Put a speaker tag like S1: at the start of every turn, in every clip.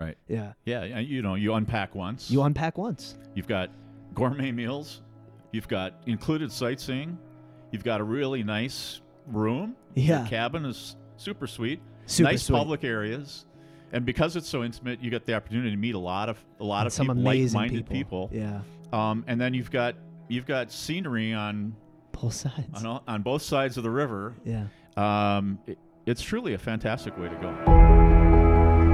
S1: Right.
S2: Yeah.
S1: Yeah. uh, You know, you unpack once.
S2: You unpack once.
S1: You've got gourmet meals. You've got included sightseeing. You've got a really nice room.
S2: Yeah.
S1: Your cabin is super sweet.
S2: Super
S1: nice
S2: sweet.
S1: public areas. And because it's so intimate, you get the opportunity to meet a lot of a lot of
S2: Some
S1: people,
S2: amazing
S1: like-minded
S2: people.
S1: people.
S2: Yeah.
S1: Um, and then you've got you've got scenery on
S2: Both sides.
S1: on, all, on both sides of the river.
S2: Yeah.
S1: Um, it, it's truly a fantastic way to go.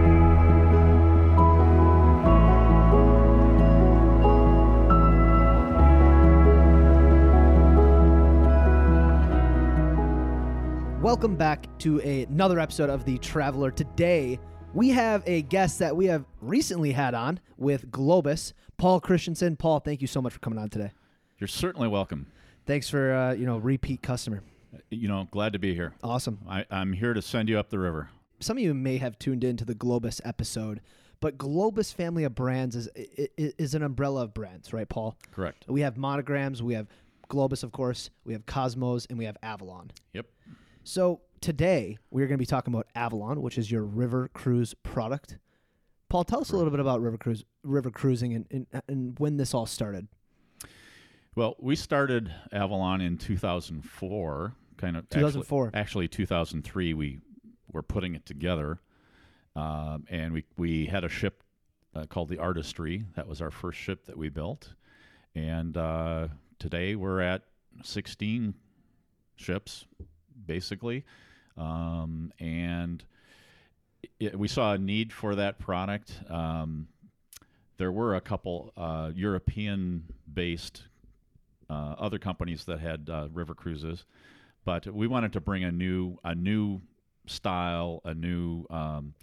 S2: Welcome back to a- another episode of The Traveler. Today, we have a guest that we have recently had on with Globus, Paul Christensen. Paul, thank you so much for coming on today.
S1: You're certainly welcome.
S2: Thanks for, uh, you know, repeat customer.
S1: You know, glad to be here.
S2: Awesome.
S1: I, I'm here to send you up the river.
S2: some of you may have tuned into the Globus episode, but Globus family of brands is i- i- is an umbrella of brands, right, Paul?
S1: Correct.
S2: We have monograms, we have Globus, of course, we have Cosmos, and we have Avalon.
S1: Yep.
S2: So today we're going to be talking about Avalon, which is your river cruise product. Paul, tell us a little bit about river cruise, river cruising, and, and, and when this all started.
S1: Well, we started Avalon in 2004, kind of. actually-
S2: 2004.
S1: Actually, 2003, we were putting it together, um, and we we had a ship uh, called the Artistry. That was our first ship that we built, and uh, today we're at 16 ships, basically, um, and. It, we saw a need for that product. Um, there were a couple uh, European-based uh, other companies that had uh, river cruises, but we wanted to bring a new a new style, a new um,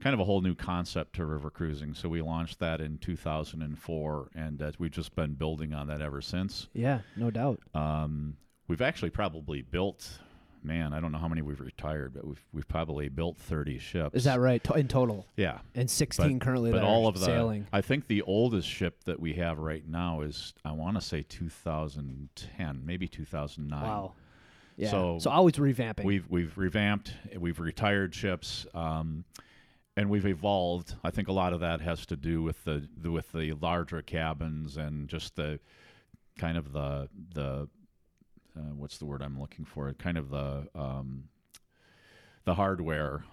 S1: kind of a whole new concept to river cruising. So we launched that in 2004, and uh, we've just been building on that ever since.
S2: Yeah, no doubt.
S1: Um, we've actually probably built, man, I don't know how many we've retired, but we've we've probably built 30 ships.
S2: Is that right? To- In total,
S1: Yeah.
S2: and sixteen currently
S1: But
S2: that
S1: all
S2: are
S1: of the,
S2: sailing.
S1: I think the oldest ship that we have right now is, I want to say 2010, maybe 2009.
S2: Wow. Yeah. So,
S1: So-
S2: always revamping.
S1: We've we've revamped, we've retired ships, um, and we've evolved. I think a lot of that has to do with the, the with the larger cabins and just the kind of the the uh, what's the word I'm looking for? Kind of the um, the hardware,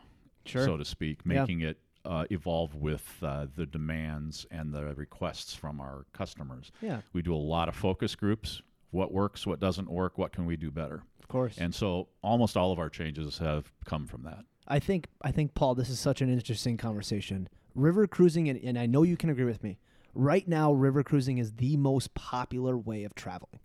S2: Sure.
S1: so to speak,
S2: Yeah.
S1: making it uh, evolve with uh, the demands and the requests from our customers.
S2: yeah,
S1: We do a lot of focus groups. What works? What doesn't work? What can we do better?
S2: of course.
S1: And so almost all of our changes have come from that.
S2: I think I think Paul, this is such an interesting conversation. River cruising, and, and I know you can agree with me. Right now, river cruising is the most popular way of traveling.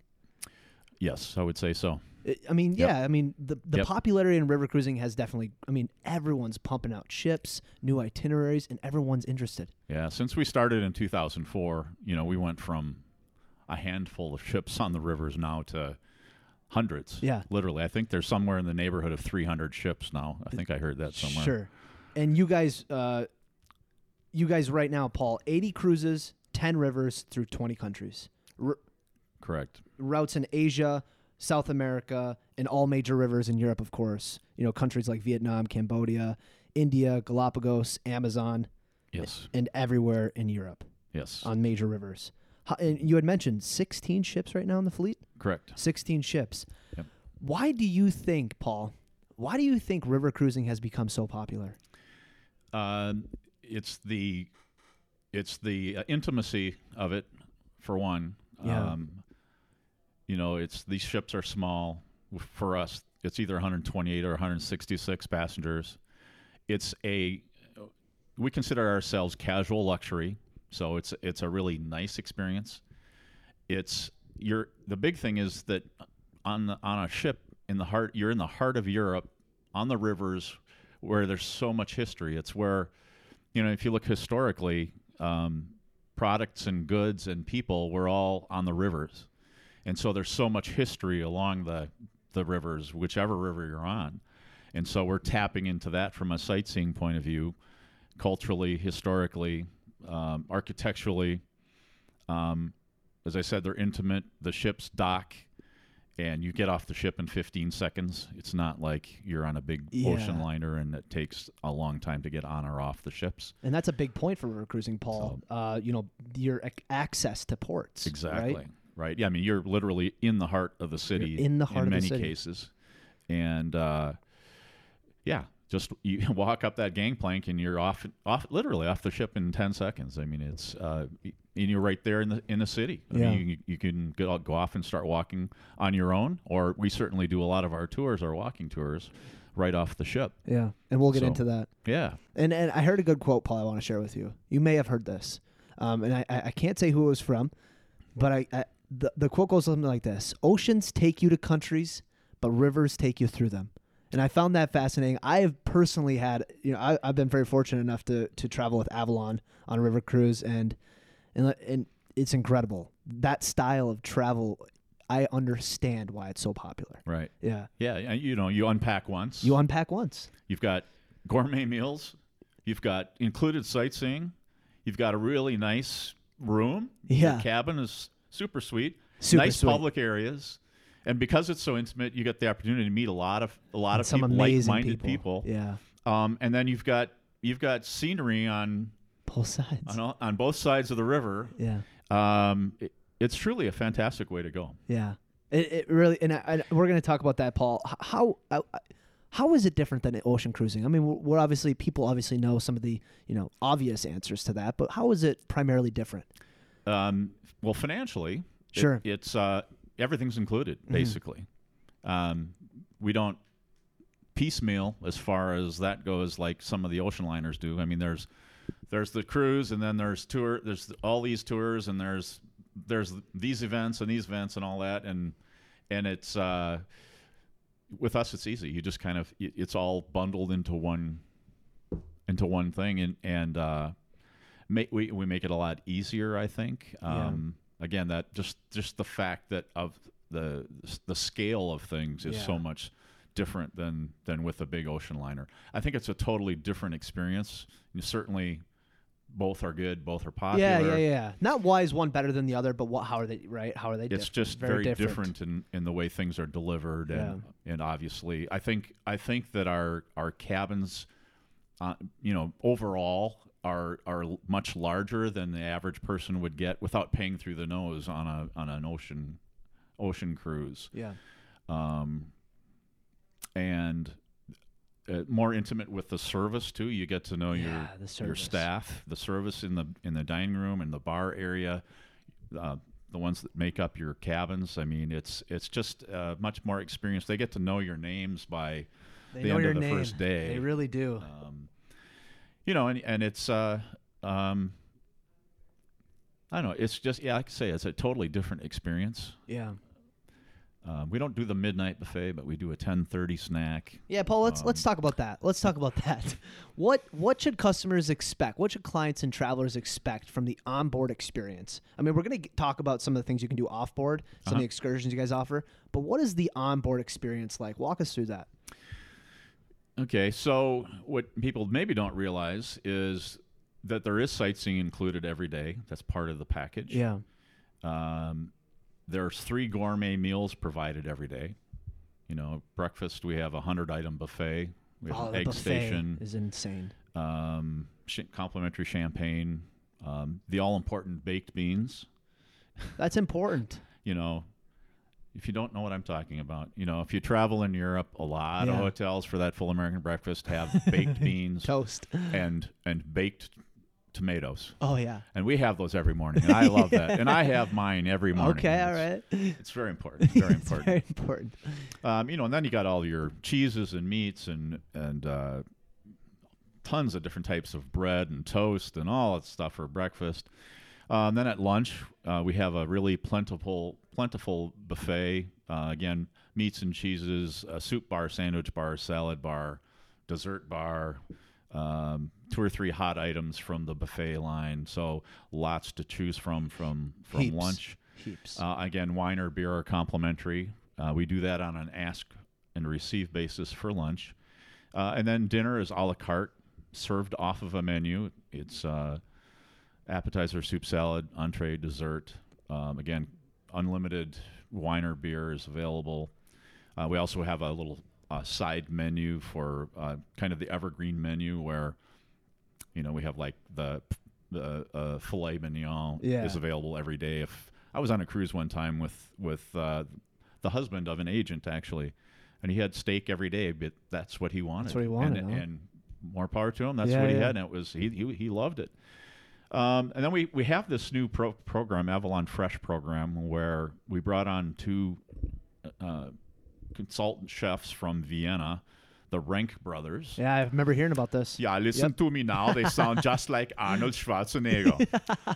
S1: Yes, I would say so.
S2: I- I mean,
S1: Yep.
S2: yeah, I mean the the
S1: Yep.
S2: popularity in river cruising has definitely. I mean, everyone's pumping out ships, new itineraries, and everyone's interested.
S1: Yeah, since we started in 2004, you know, we went from a handful of ships on the rivers now to hundreds.
S2: Yeah.
S1: Literally. I think there's somewhere in the neighborhood of 300 ships now. I think I heard that somewhere.
S2: Sure. And you guys, uh, you guys, right now, Paul, eighty cruises, ten rivers through twenty countries. R-
S1: Correct.
S2: routes in Asia, South America, and all major rivers in Europe, of course. You know, countries like Vietnam, Cambodia, India, Galapagos, Amazon,
S1: Yes.
S2: and everywhere in Europe
S1: Yes.
S2: on major rivers. Ho- And you had mentioned 16 ships right now in the fleet?
S1: Correct.
S2: 16 ships.
S1: Yep.
S2: Why do you think, Paul, why do you think river cruising has become so popular?
S1: Um, it's the it's the uh, intimacy of it for one.
S2: Yeah.
S1: Um, you know, it's these ships are small for us. It's either 128 or 166 passengers. It's a we consider ourselves casual luxury, so it's it's a really nice experience. It's you're the big thing is that on the, on a ship in the heart you're in the heart of Europe on the rivers where there's so much history. It's where you know if you look historically, um, products and goods and people were all on the rivers, and so there's so much history along the the rivers, whichever river you're on, and so we're tapping into that from a sightseeing point of view, culturally, historically, um, architecturally. Um, as I said, they're intimate. The ships dock and you get off the ship in 15 seconds. It's not like you're on a big ocean
S2: Yeah.
S1: liner and it takes a long time to get on or off the ships.
S2: And that's a big point for river cruising, Paul. uh, you know, your ac- access to ports. right?
S1: Exactly. Right? Yeah. I mean, you're literally in the heart of the city.
S2: in the heart
S1: in
S2: of
S1: many
S2: the city.
S1: cases, and uh, yeah, just you walk up that gangplank and you're off, off, literally off the ship in ten seconds. I mean, it's uh, and you're right there in the in the city. I
S2: Yeah.
S1: mean, you, you can go, go off and start walking on your own, or we certainly do a lot of our tours, our walking tours, right off the ship.
S2: Yeah. And we'll get
S1: So-
S2: into that.
S1: Yeah.
S2: And and I heard a good quote, Paul. I want to share with you. You may have heard this, um, and I, I I can't say who it was from, but I, I the the quote goes something like this: "Oceans take you to countries, but rivers take you through them." And I found that fascinating. I have personally had, you know, I, I've been very fortunate enough to to travel with Avalon on a river cruise, and and and it's incredible that style of travel. I understand why it's so popular.
S1: Right.
S2: Yeah,
S1: Yeah. and, You know, you unpack once.
S2: you unpack once.
S1: You've got gourmet meals. You've got included sightseeing. You've got a really nice room.
S2: Yeah.
S1: Your cabin is super sweet.
S2: Super
S1: nice
S2: sweet.
S1: public areas. And because it's so intimate, you get the opportunity to meet a lot of a lot of
S2: Some
S1: people,
S2: amazing
S1: like-minded people.
S2: Yeah,
S1: Um, and then you've got you've got scenery on
S2: both sides.
S1: on, all, on both sides of the river.
S2: Yeah.
S1: Um, it- it's truly a fantastic way to go.
S2: Yeah, it, it really, and I, and we're going to talk about that, Paul. H- How I- I- how is it different than ocean cruising? I mean, we're, we're obviously people obviously know some of the you know obvious answers to that, but how is it primarily different?
S1: Um, well, financially, it-
S2: Sure.
S1: it's uh, everything's included basically. Um, we don't piecemeal as far as that goes, like some of the ocean liners do. I mean, there's there's the cruise, and then there's tour, there's all these tours, and there's there's these events and these events and all that, and and it's uh, with us, it's easy. You just kind of it- it's all bundled into one into one thing, and and uh, make, we we make it a lot easier. I think.
S2: Yeah.
S1: Um, Again, that just just the fact that of the the scale of things is so
S2: Yeah.
S1: much different than than with a big ocean liner. I think it's a totally different experience. You certainly, both are good. Both are popular.
S2: Yeah, yeah, yeah. Not why is one better than the other, but what? How are they? Right? How are they?
S1: It's
S2: diff-
S1: just very, different, in, in the way things are delivered, and and obviously, I think I think that our our cabins, uh, you know, overall are are l- much larger than the average person would get without paying through the nose on a on an ocean ocean cruise.
S2: Yeah,
S1: um, and uh, more intimate with the service too. You get to know
S2: Yeah, the
S1: your your
S2: service.
S1: staff, the service in the in the dining room and the bar area, uh, the ones that make up your cabins. I mean, it's it's just uh, much more experience. They get to know your names by
S2: they
S1: The
S2: know
S1: end
S2: your
S1: of the
S2: name.
S1: first day.
S2: They really do.
S1: um, you know, and and it's uh, um, I don't know. It's just yeah, I could say it's a totally different experience.
S2: yeah,
S1: Um, we don't do the midnight buffet, but we do a ten thirty snack.
S2: yeah, Paul. Let's let's
S1: Um,
S2: talk about that. Let's talk about that. What what should customers expect? What should clients and travelers expect from the onboard experience? I mean, we're going to talk about some of the things you can do offboard, some
S1: Uh-huh.
S2: of the excursions you guys offer, but what is the onboard experience like? Walk us through that.
S1: Okay, so what people maybe don't realize is that there is sightseeing included every day. That's part of the package.
S2: Yeah.
S1: Um, there's three gourmet meals provided every day. You know, breakfast we have a hundred item buffet. We have
S2: Oh,
S1: an
S2: the
S1: egg
S2: buffet
S1: station,
S2: is insane.
S1: um, sh- complimentary champagne, um, the all important baked beans.
S2: That's important.
S1: you know, if you don't know what I'm talking about, you know, if you travel in Europe, a lot of
S2: Yeah.
S1: hotels for that full American breakfast have baked beans
S2: Toast.
S1: and and baked tomatoes.
S2: Oh yeah.
S1: And we have those every morning, and I love that. And I have mine every morning.
S2: Okay. All
S1: It's-
S2: right.
S1: It's very important. Very
S2: It's
S1: important.
S2: Very important.
S1: Um, you know, and then you got all your cheeses and meats and and uh, tons of different types of bread and toast and all that stuff for breakfast. Um, then at lunch, uh, we have a really plentiful plentiful buffet. Uh, again, meats and cheeses, a soup bar, sandwich bar, salad bar, dessert bar. Um, two or three hot items from the buffet line, so lots to choose from from from
S2: Heaps.
S1: lunch.
S2: Heaps.
S1: Uh, again, wine or beer are complimentary. Uh, we do that on an ask and receive basis for lunch. Uh, and then dinner is a la carte, served off of a menu. It's uh, appetizer, soup, salad, entree, dessert. Um, again, unlimited wine or beer is available. Uh, we also have a little uh, side menu for uh, kind of the evergreen menu where, you know, we have like the the uh, filet mignon
S2: Yeah.
S1: is available every day. If I was on a cruise one time with with uh, the husband of an agent actually, and he had steak every day, but that's what he wanted.
S2: what he wanted,
S1: and,
S2: huh?
S1: and more power to him. That's
S2: Yeah,
S1: what he
S2: yeah.
S1: had, and it was he he, he loved it. Um, and then we, we have this new pro- program, Avalon Fresh program, where we brought on two uh, consultant chefs from Vienna, the Rank brothers.
S2: Yeah, I remember hearing about this.
S1: Yeah, listen to me now. They sound just like Arnold Schwarzenegger.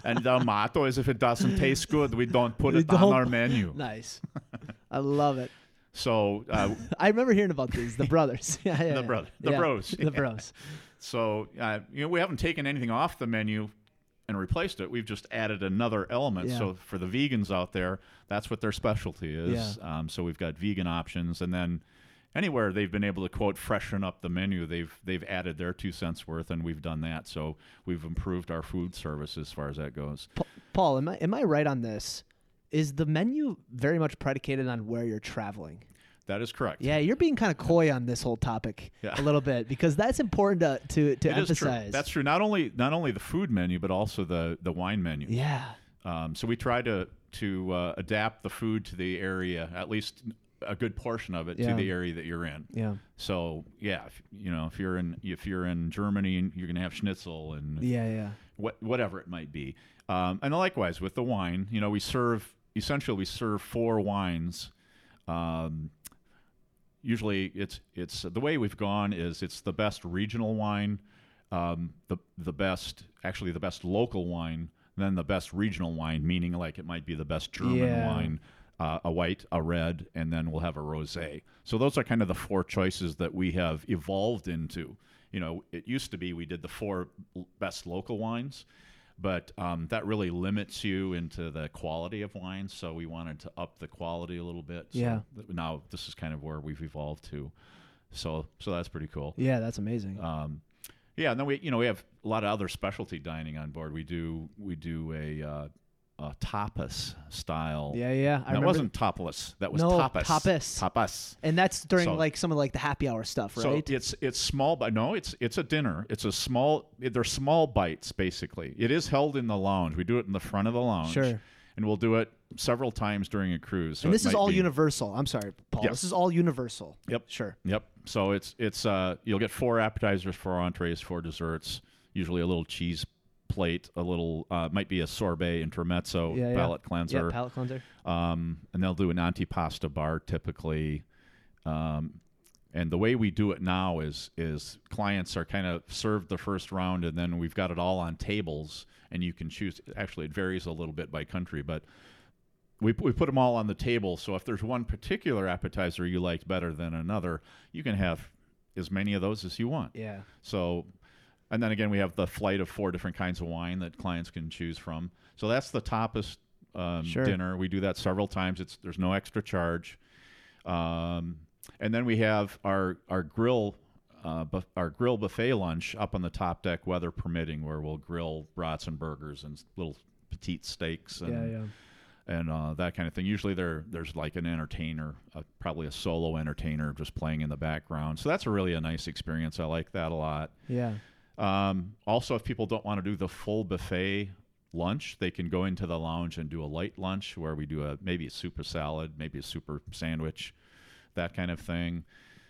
S1: and their motto is if it doesn't taste good, we don't put
S2: We
S1: it on
S2: don't-
S1: our menu.
S2: Nice. I love it.
S1: So uh,
S2: I remember hearing about these, the brothers. yeah, yeah,
S1: The
S2: yeah.
S1: brother- the bros,
S2: The
S1: yeah.
S2: bros.
S1: So uh, you know, we haven't taken anything off the menu and replaced it. We've just added another element.
S2: Yeah.
S1: So for the vegans out there, that's what their specialty is. Um, so we've got vegan options, and then anywhere they've been able to quote freshen up the menu, they've they've added their two cents worth, and we've done that. So we've improved our food service as far as that goes.
S2: Pa- Paul, am I am I right on this? Is the menu very much predicated on where you're traveling?
S1: That is correct.
S2: Yeah, you're being kind of coy on this whole topic
S1: Yeah.
S2: a little bit because that's important to to, to
S1: It is true.
S2: emphasize.
S1: That's true. Not only not only the food menu, but also the the wine menu.
S2: yeah,
S1: Um, so we try to to uh, adapt the food to the area, at least a good portion of it
S2: Yeah.
S1: to the area that you're in.
S2: yeah,
S1: So yeah, if, you know if you're in if you're in Germany, you're gonna have schnitzel and
S2: yeah, yeah.
S1: what, whatever it might be. Um, and likewise with the wine, you know we serve essentially we serve four wines. Um, usually it's it's the way we've gone is it's the best regional wine, um, the the best actually the best local wine, then the best regional wine, meaning like it might be the best German
S2: Yeah.
S1: wine, uh, a white, a red, and then we'll have a rosé. So those are kind of the four choices that we have evolved into. You know, it used to be we did the four l- best local wines. But um, that really limits you into the quality of wine, so we wanted to up the quality a little bit. So
S2: Yeah.
S1: th- now this is kind of where we've evolved to. So so that's pretty cool.
S2: Yeah, that's amazing.
S1: Um, yeah, and then we you know we have a lot of other specialty dining on board. We do we do a, uh, a tapas style.
S2: yeah, yeah. I
S1: that
S2: remember-
S1: wasn't topless. That was
S2: No,
S1: tapas.
S2: tapas.
S1: Tapas.
S2: and that's during
S1: so-
S2: like some of like the happy hour stuff, right?
S1: So it's it's small, but no, it's it's a dinner. It's a small. They're small bites basically. It is held in the lounge. We do it in the front of the lounge.
S2: Sure.
S1: And we'll do it several times during a cruise. So
S2: and
S1: it
S2: this is
S1: might
S2: all
S1: be-
S2: universal. I'm sorry, Paul.
S1: Yes.
S2: This is all universal.
S1: Yep.
S2: Sure.
S1: Yep. So it's it's uh you'll get four appetizers, four entrees, four desserts, usually a little cheese plate, a little uh, might be a sorbet intermezzo,
S2: Yeah, yeah.
S1: palate cleanser,
S2: Yeah, palate cleanser.
S1: um, and they'll do an antipasta bar typically. Um, and the way we do it now is is clients are kind of served the first round, and then we've got it all on tables, and you can choose. Actually, it varies a little bit by country, but we we put them all on the table. So if there's one particular appetizer you liked better than another, you can have as many of those as you want.
S2: Yeah.
S1: So, and then again, we have the flight of four different kinds of wine that clients can choose from. So that's the tapas um,
S2: Sure.
S1: dinner. We do that several times. It's there's no extra charge. Um, and then we have our our grill. Uh, buf- our grill buffet lunch up on the top deck, weather permitting, where we'll grill brats and burgers and s- little petite steaks and
S2: yeah, yeah.
S1: and uh, that kind of thing. Usually there there's like an entertainer, uh, probably a solo entertainer, just playing in the background. So that's a really a nice experience. I like that a lot.
S2: Yeah.
S1: Um, also, if people don't want to do the full buffet lunch, they can go into the lounge and do a light lunch where we do a maybe a super salad, maybe a super sandwich, that kind of thing.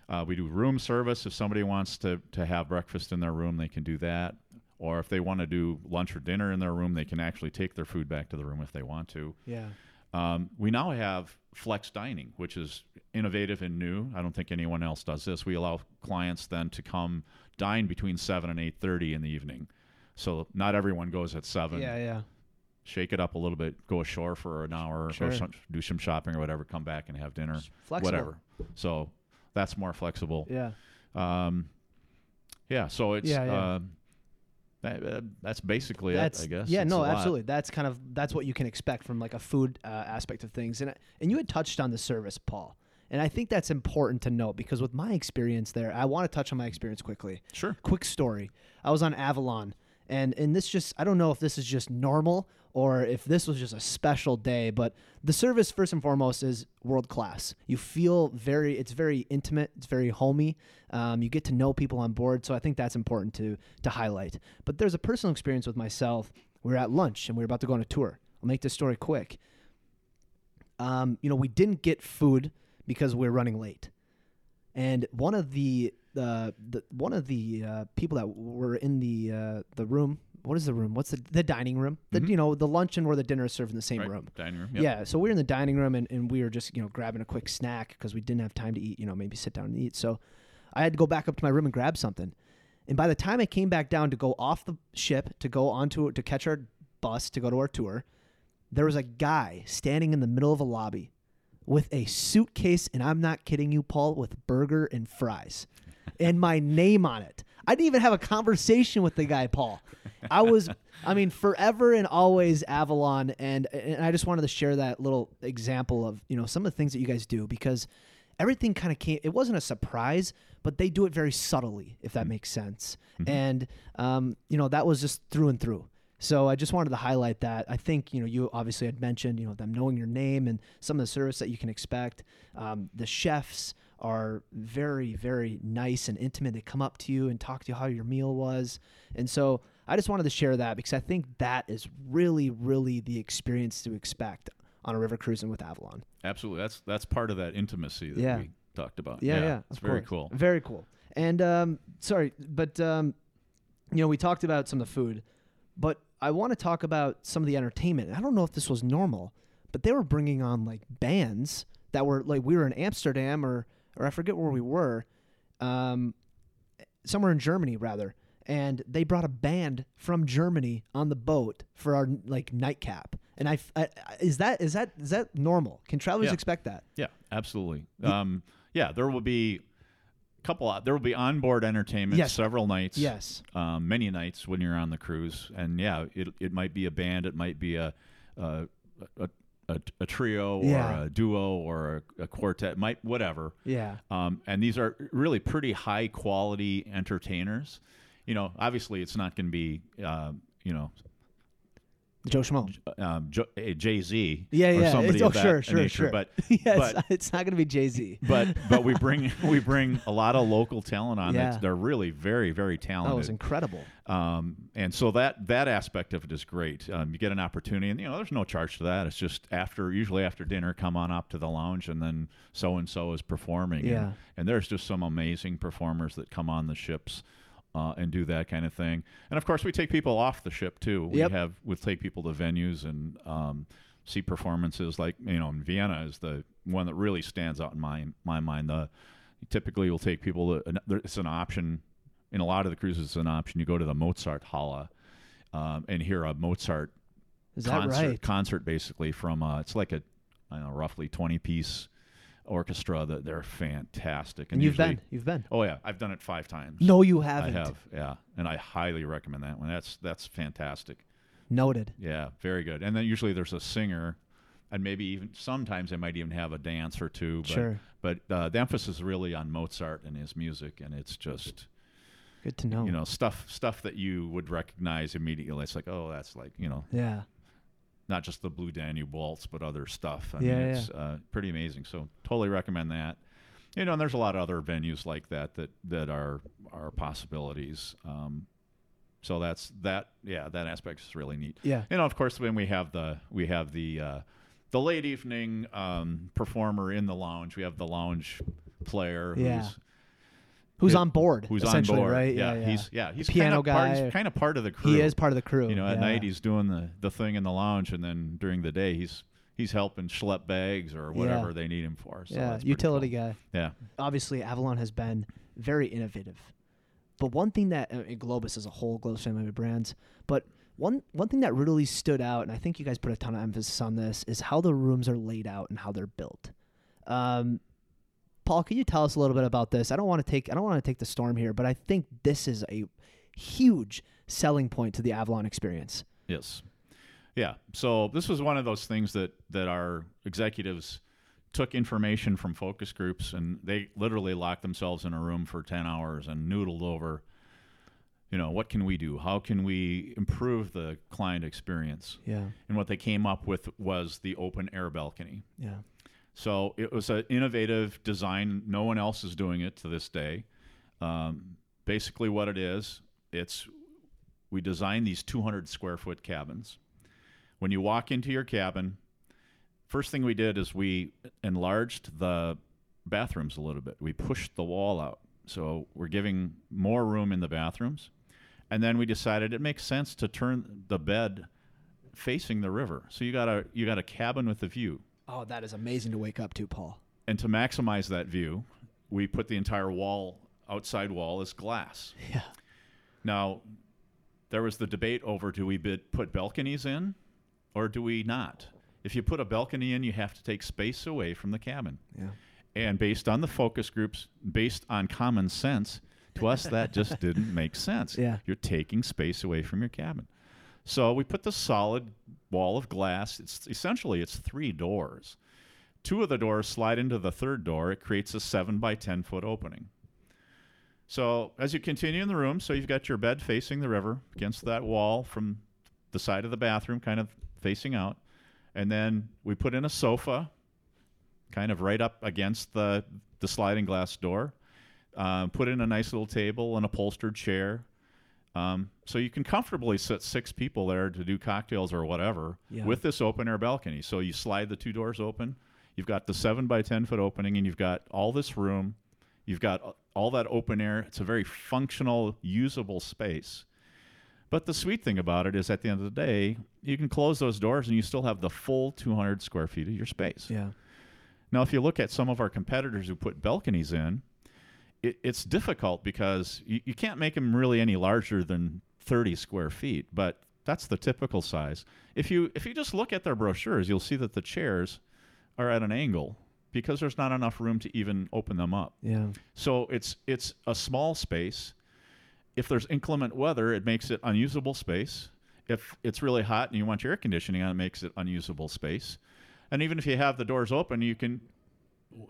S1: Uh, we do room service. If somebody wants to, to have breakfast in their room, they can do that. Or if they want to do lunch or dinner in their room, they can actually take their food back to the room if they want to.
S2: Yeah.
S1: Um, we now have flex dining, which is innovative and new. I don't think anyone else does this. We allow clients then to come dine between seven and eight thirty in the evening. So not everyone goes at seven.
S2: Yeah, yeah.
S1: Shake it up a little bit. Go ashore for an hour. Go
S2: Sure.
S1: some, do some shopping or whatever. Come back and have dinner.
S2: It's flexible.
S1: Whatever. So that's more flexible.
S2: Yeah.
S1: Um, yeah. So it's
S2: Yeah, yeah.
S1: um, that, uh, that's basically
S2: That's
S1: it. I guess.
S2: yeah,
S1: It's a
S2: no,
S1: lot.
S2: absolutely. That's kind of that's what you can expect from like a food uh, aspect of things. And and you had touched on the service, Paul. And I think that's important to note because with my experience there, I want to touch on my experience quickly.
S1: Sure.
S2: Quick story. I was on Avalon And and this just I don't know if this is just normal or if this was just a special day, but the service first and foremost is world class. You feel very it's very intimate, it's very homey. Um, you get to know people on board, so I think that's important to to highlight. But there's a personal experience with myself. We were at lunch and we were about to go on a tour. I'll make this story quick. Um, you know, we didn't get food because we were running late and one of the uh, the one of the uh, people that were in the uh, the room. What is the room? What's the the dining room? The you know the luncheon where the dinner is served in the same
S1: Right?
S2: room.
S1: Dining room. Yep.
S2: Yeah, so we were in the dining room and, and we were just you know grabbing a quick snack because we didn't have time to eat. You know maybe sit down and eat. So I had to go back up to my room and grab something. And by the time I came back down to go off the ship to go onto to catch our bus to go to our tour, there was a guy standing in the middle of a lobby with a suitcase, and I'm not kidding you, Paul, with burger and fries and my name on it. I didn't even have a conversation with the guy, Paul. I was, I mean, forever and always Avalon, and and I just wanted to share that little example of you know some of the things that you guys do because everything kind of came. It wasn't a surprise, but they do it very subtly, if that makes sense. And um, you know that was just through and through. So I just wanted to highlight that. I think you know you obviously had mentioned you know them knowing your name and some of the service that you can expect. Um, the chefs are very very nice and intimate. They come up to you and talk to you how your meal was, and so I just wanted to share that because I think that is really really the experience to expect on a river cruising with Avalon.
S1: Absolutely. That's that's part of that intimacy that
S2: Yeah.
S1: we talked about.
S2: Yeah, yeah, of
S1: it's very
S2: course.
S1: cool.
S2: Very cool. And um, sorry, but um, you know, we talked about some of the food, but I want to talk about some of the entertainment. And I don't know if this was normal, but they were bringing on like bands that were like we were in Amsterdam or or I forget where we were, um, somewhere in Germany rather, and they brought a band from Germany on the boat for our like nightcap. And I, f- I- I- is that is that is that normal? Can travelers
S1: Yeah.
S2: expect that?
S1: Yeah, absolutely. Um, yeah, there will be a couple. There will be onboard entertainment
S2: Yes.
S1: several nights.
S2: Yes.
S1: um, many nights when you're on the cruise. And yeah, it, it might be a band, it might be a a, a, a, a trio or
S2: Yeah.
S1: a duo or a, a quartet, might whatever.
S2: Yeah.
S1: Um, and these are really pretty high quality entertainers. You know, obviously it's not going to be um, you know
S2: Joe Schmo.
S1: um, Jay Z
S2: Yeah,
S1: or
S2: yeah.
S1: somebody
S2: it's, oh,
S1: of that
S2: sure, sure,
S1: nature,
S2: sure.
S1: but
S2: yeah,
S1: but
S2: it's, it's not going to be Jay Z.
S1: but but we bring we bring a lot of local talent on.
S2: Yeah.
S1: That's, they're really very very
S2: That
S1: talented.
S2: was incredible.
S1: Um, and so that that aspect of it is great. Um, you get an opportunity, and you know, there's no charge to that. It's just after, usually after dinner, come on up to the lounge, and then so and so is performing.
S2: Yeah.
S1: And, and there's just some amazing performers that come on the ships. Uh, and do that kind of thing, and of course we take people off the ship too. We
S2: Yep.
S1: have we take people to venues and um, see performances like you know in Vienna is the one that really stands out in my my mind. The typically will take people to, an- there- it's an option in a lot of the cruises it's an option you go to the mozart Halle um, and hear a mozart
S2: Is that
S1: concert
S2: right?
S1: concert basically from uh, it's like a I don't know, roughly 20 piece orchestra that they're fantastic
S2: And you've
S1: usually-
S2: been, you've been.
S1: oh yeah i've done it five times
S2: No, you
S1: i
S2: haven't.
S1: have yeah and i highly recommend that one that's that's fantastic
S2: Noted.
S1: yeah, very good. And then usually there's a singer, and maybe even sometimes they might even have a dance or two. But,
S2: Sure.
S1: But uh, the emphasis is really on Mozart and his music, and it's just
S2: Good to know.
S1: you know stuff stuff that you would recognize immediately. It's like oh, that's like you know
S2: yeah.
S1: not just the Blue Danube Waltz, but other stuff. I
S2: Yeah,
S1: mean,
S2: yeah.
S1: it's uh, pretty amazing. So totally recommend that. You know, and there's a lot of other venues like that that that are are possibilities. Um, so that's that. Yeah, that aspect is really neat.
S2: Yeah.
S1: And of course, when we have the we have the uh, the late evening um, performer in the lounge, we have the lounge player who's
S2: Yeah. Who's
S1: Who-
S2: on board?
S1: who's on
S2: essentially,
S1: board.
S2: right?
S1: Yeah,
S2: Yeah, yeah.
S1: he's yeah he's
S2: piano
S1: kind of part,
S2: guy.
S1: he's kind of part of the crew.
S2: he is part of the crew.
S1: You know, at
S2: Oh, yeah.
S1: night he's doing the the thing in the lounge, and then during the day he's he's helping schlep bags or whatever they need him for. So
S2: yeah,
S1: that's pretty
S2: utility guy.
S1: cool. Yeah,
S2: obviously Avalon has been very innovative. But one thing that uh, Globus as a whole, Globus family of brands, but one one thing that really stood out, and I think you guys put a ton of emphasis on this, is how the rooms are laid out and how they're built. Um, Paul, can you tell us a little bit about this? I don't want to take I don't want to take the storm here, but I think this is a huge selling point to the Avalon experience.
S1: Yes. Yeah. So this was one of those things that that our executives took information from focus groups and they literally locked themselves in a room for 10 hours and noodled over you know, what can we do? How can we improve the client experience?
S2: Yeah.
S1: And what they came up with was the open air balcony.
S2: Yeah.
S1: So it was an innovative design. No one else is doing it to this day. Um, basically, what it is, it's we design these 200 square foot cabins. When you walk into your cabin, first thing we did is we enlarged the bathrooms a little bit. We pushed the wall out, so we're giving more room in the bathrooms. And then we decided it makes sense to turn the bed facing the river. So you got a you got a cabin with a view.
S2: Oh, that is amazing to wake up to, Paul.
S1: And to maximize that view, we put the entire wall, outside wall, as glass.
S2: Yeah.
S1: Now, there was the debate over do we bid, put balconies in or do we not? If you put a balcony in, you have to take space away from the cabin.
S2: Yeah.
S1: And based on the focus groups, based on common sense, to us that just didn't make sense.
S2: Yeah.
S1: You're taking space away from your cabin. So we put the solid wall of glass. It's essentially it's three doors. Two of the doors slide into the third door. It creates a seven by ten foot opening. So as you continue in the room, so you've got your bed facing the river against that wall from the side of the bathroom, kind of facing out. And then we put in a sofa kind of right up against the the sliding glass door. Um, put in a nice little table, an upholstered chair, um, so you can comfortably sit six people there to do cocktails or whatever
S2: Yeah.
S1: with this open air balcony. So you slide the two doors open. You've got the seven by ten foot opening, and you've got all this room. You've got all that open air. It's a very functional, usable space. But the sweet thing about it is, at the end of the day, you can close those doors and you still have the full 200 square feet of your space.
S2: Yeah.
S1: Now, if you look at some of our competitors who put balconies in, it, it's difficult because you, you can't make them really any larger than 30 square feet, but that's the typical size. If you if you just look at their brochures, you'll see that the chairs are at an angle because there's not enough room to even open them up.
S2: Yeah.
S1: So it's it's a small space. If there's inclement weather, it makes it unusable space. If it's really hot and you want your air conditioning on, it makes it unusable space. And even if you have the doors open, you can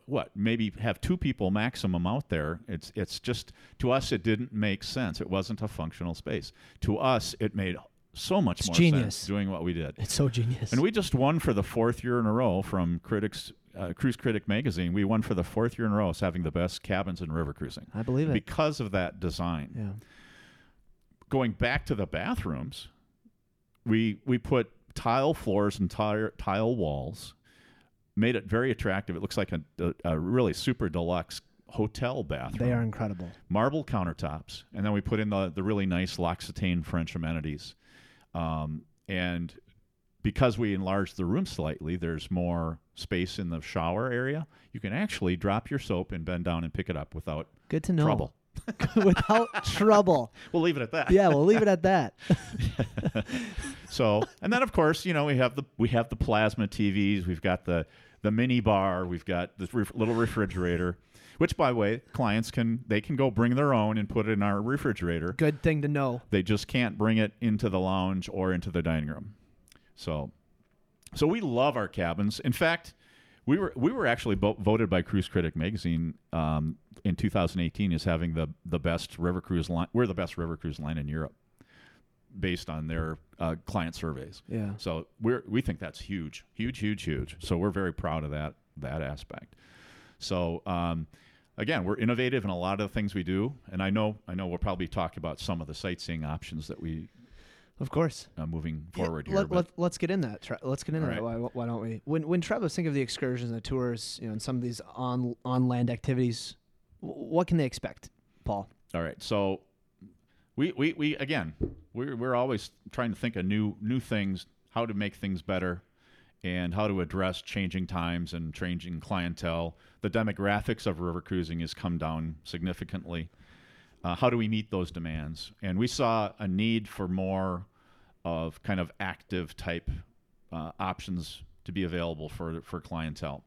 S1: what maybe have two people maximum out there. It's it's just to us it didn't make sense. It wasn't a functional space. To us, it made so much
S2: It's
S1: more
S2: genius.
S1: sense doing what we did.
S2: It's so genius.
S1: And we just won for the fourth year in a row from critics, uh, Cruise Critic Magazine. We won for the fourth year in a row as having the best cabins in river cruising
S2: I believe it.
S1: because of that design.
S2: yeah.
S1: Going back to the bathrooms, we we put tile floors and tile tile walls, made it very attractive. It looks like a, a, a really super deluxe hotel bathroom.
S2: They are incredible.
S1: marble countertops, and then we put in the the really nice L'Occitane French amenities. Um, and because we enlarged the room slightly, there's more space in the shower area. You can actually drop your soap and bend down and pick it up without
S2: Good to know.
S1: trouble.
S2: Without trouble.
S1: We'll leave it at that.
S2: Yeah, we'll leave it at that.
S1: So, and then of course, you know, we have the we have the plasma TVs. We've got the the mini bar. We've got this ref- little refrigerator, which, by the way, clients can they can go bring their own and put it in our refrigerator.
S2: Good thing to know.
S1: They just can't bring it into the lounge or into the dining room. So, so we love our cabins. In fact, we were we were actually bo- voted by Cruise Critic Magazine um, in 2018 as having the the best river cruise line. We're the best river cruise line in Europe, based on their uh, client surveys.
S2: Yeah.
S1: So we're we think that's huge, huge, huge, huge. So we're very proud of that that aspect. So um, again, we're innovative in a lot of the things we do, and I know I know we'll probably talk about some of the sightseeing options that we
S2: Of course.
S1: uh, moving
S2: Yeah,
S1: forward here.
S2: Let,
S1: but-
S2: let, let's get in that. Tre- Let's get into
S1: All
S2: that. Why, why don't we? When when travelers think of the excursions and the tours, you know, and some of these on on land activities, wh- what can they expect, Paul?
S1: All right. So we we, we again we're we're always trying to think of new new things, how to make things better, and how to address changing times and changing clientele. The demographics of river cruising has come down significantly. Uh, how do we meet those demands? And we saw a need for more of kind of active type uh, options to be available for for clientele.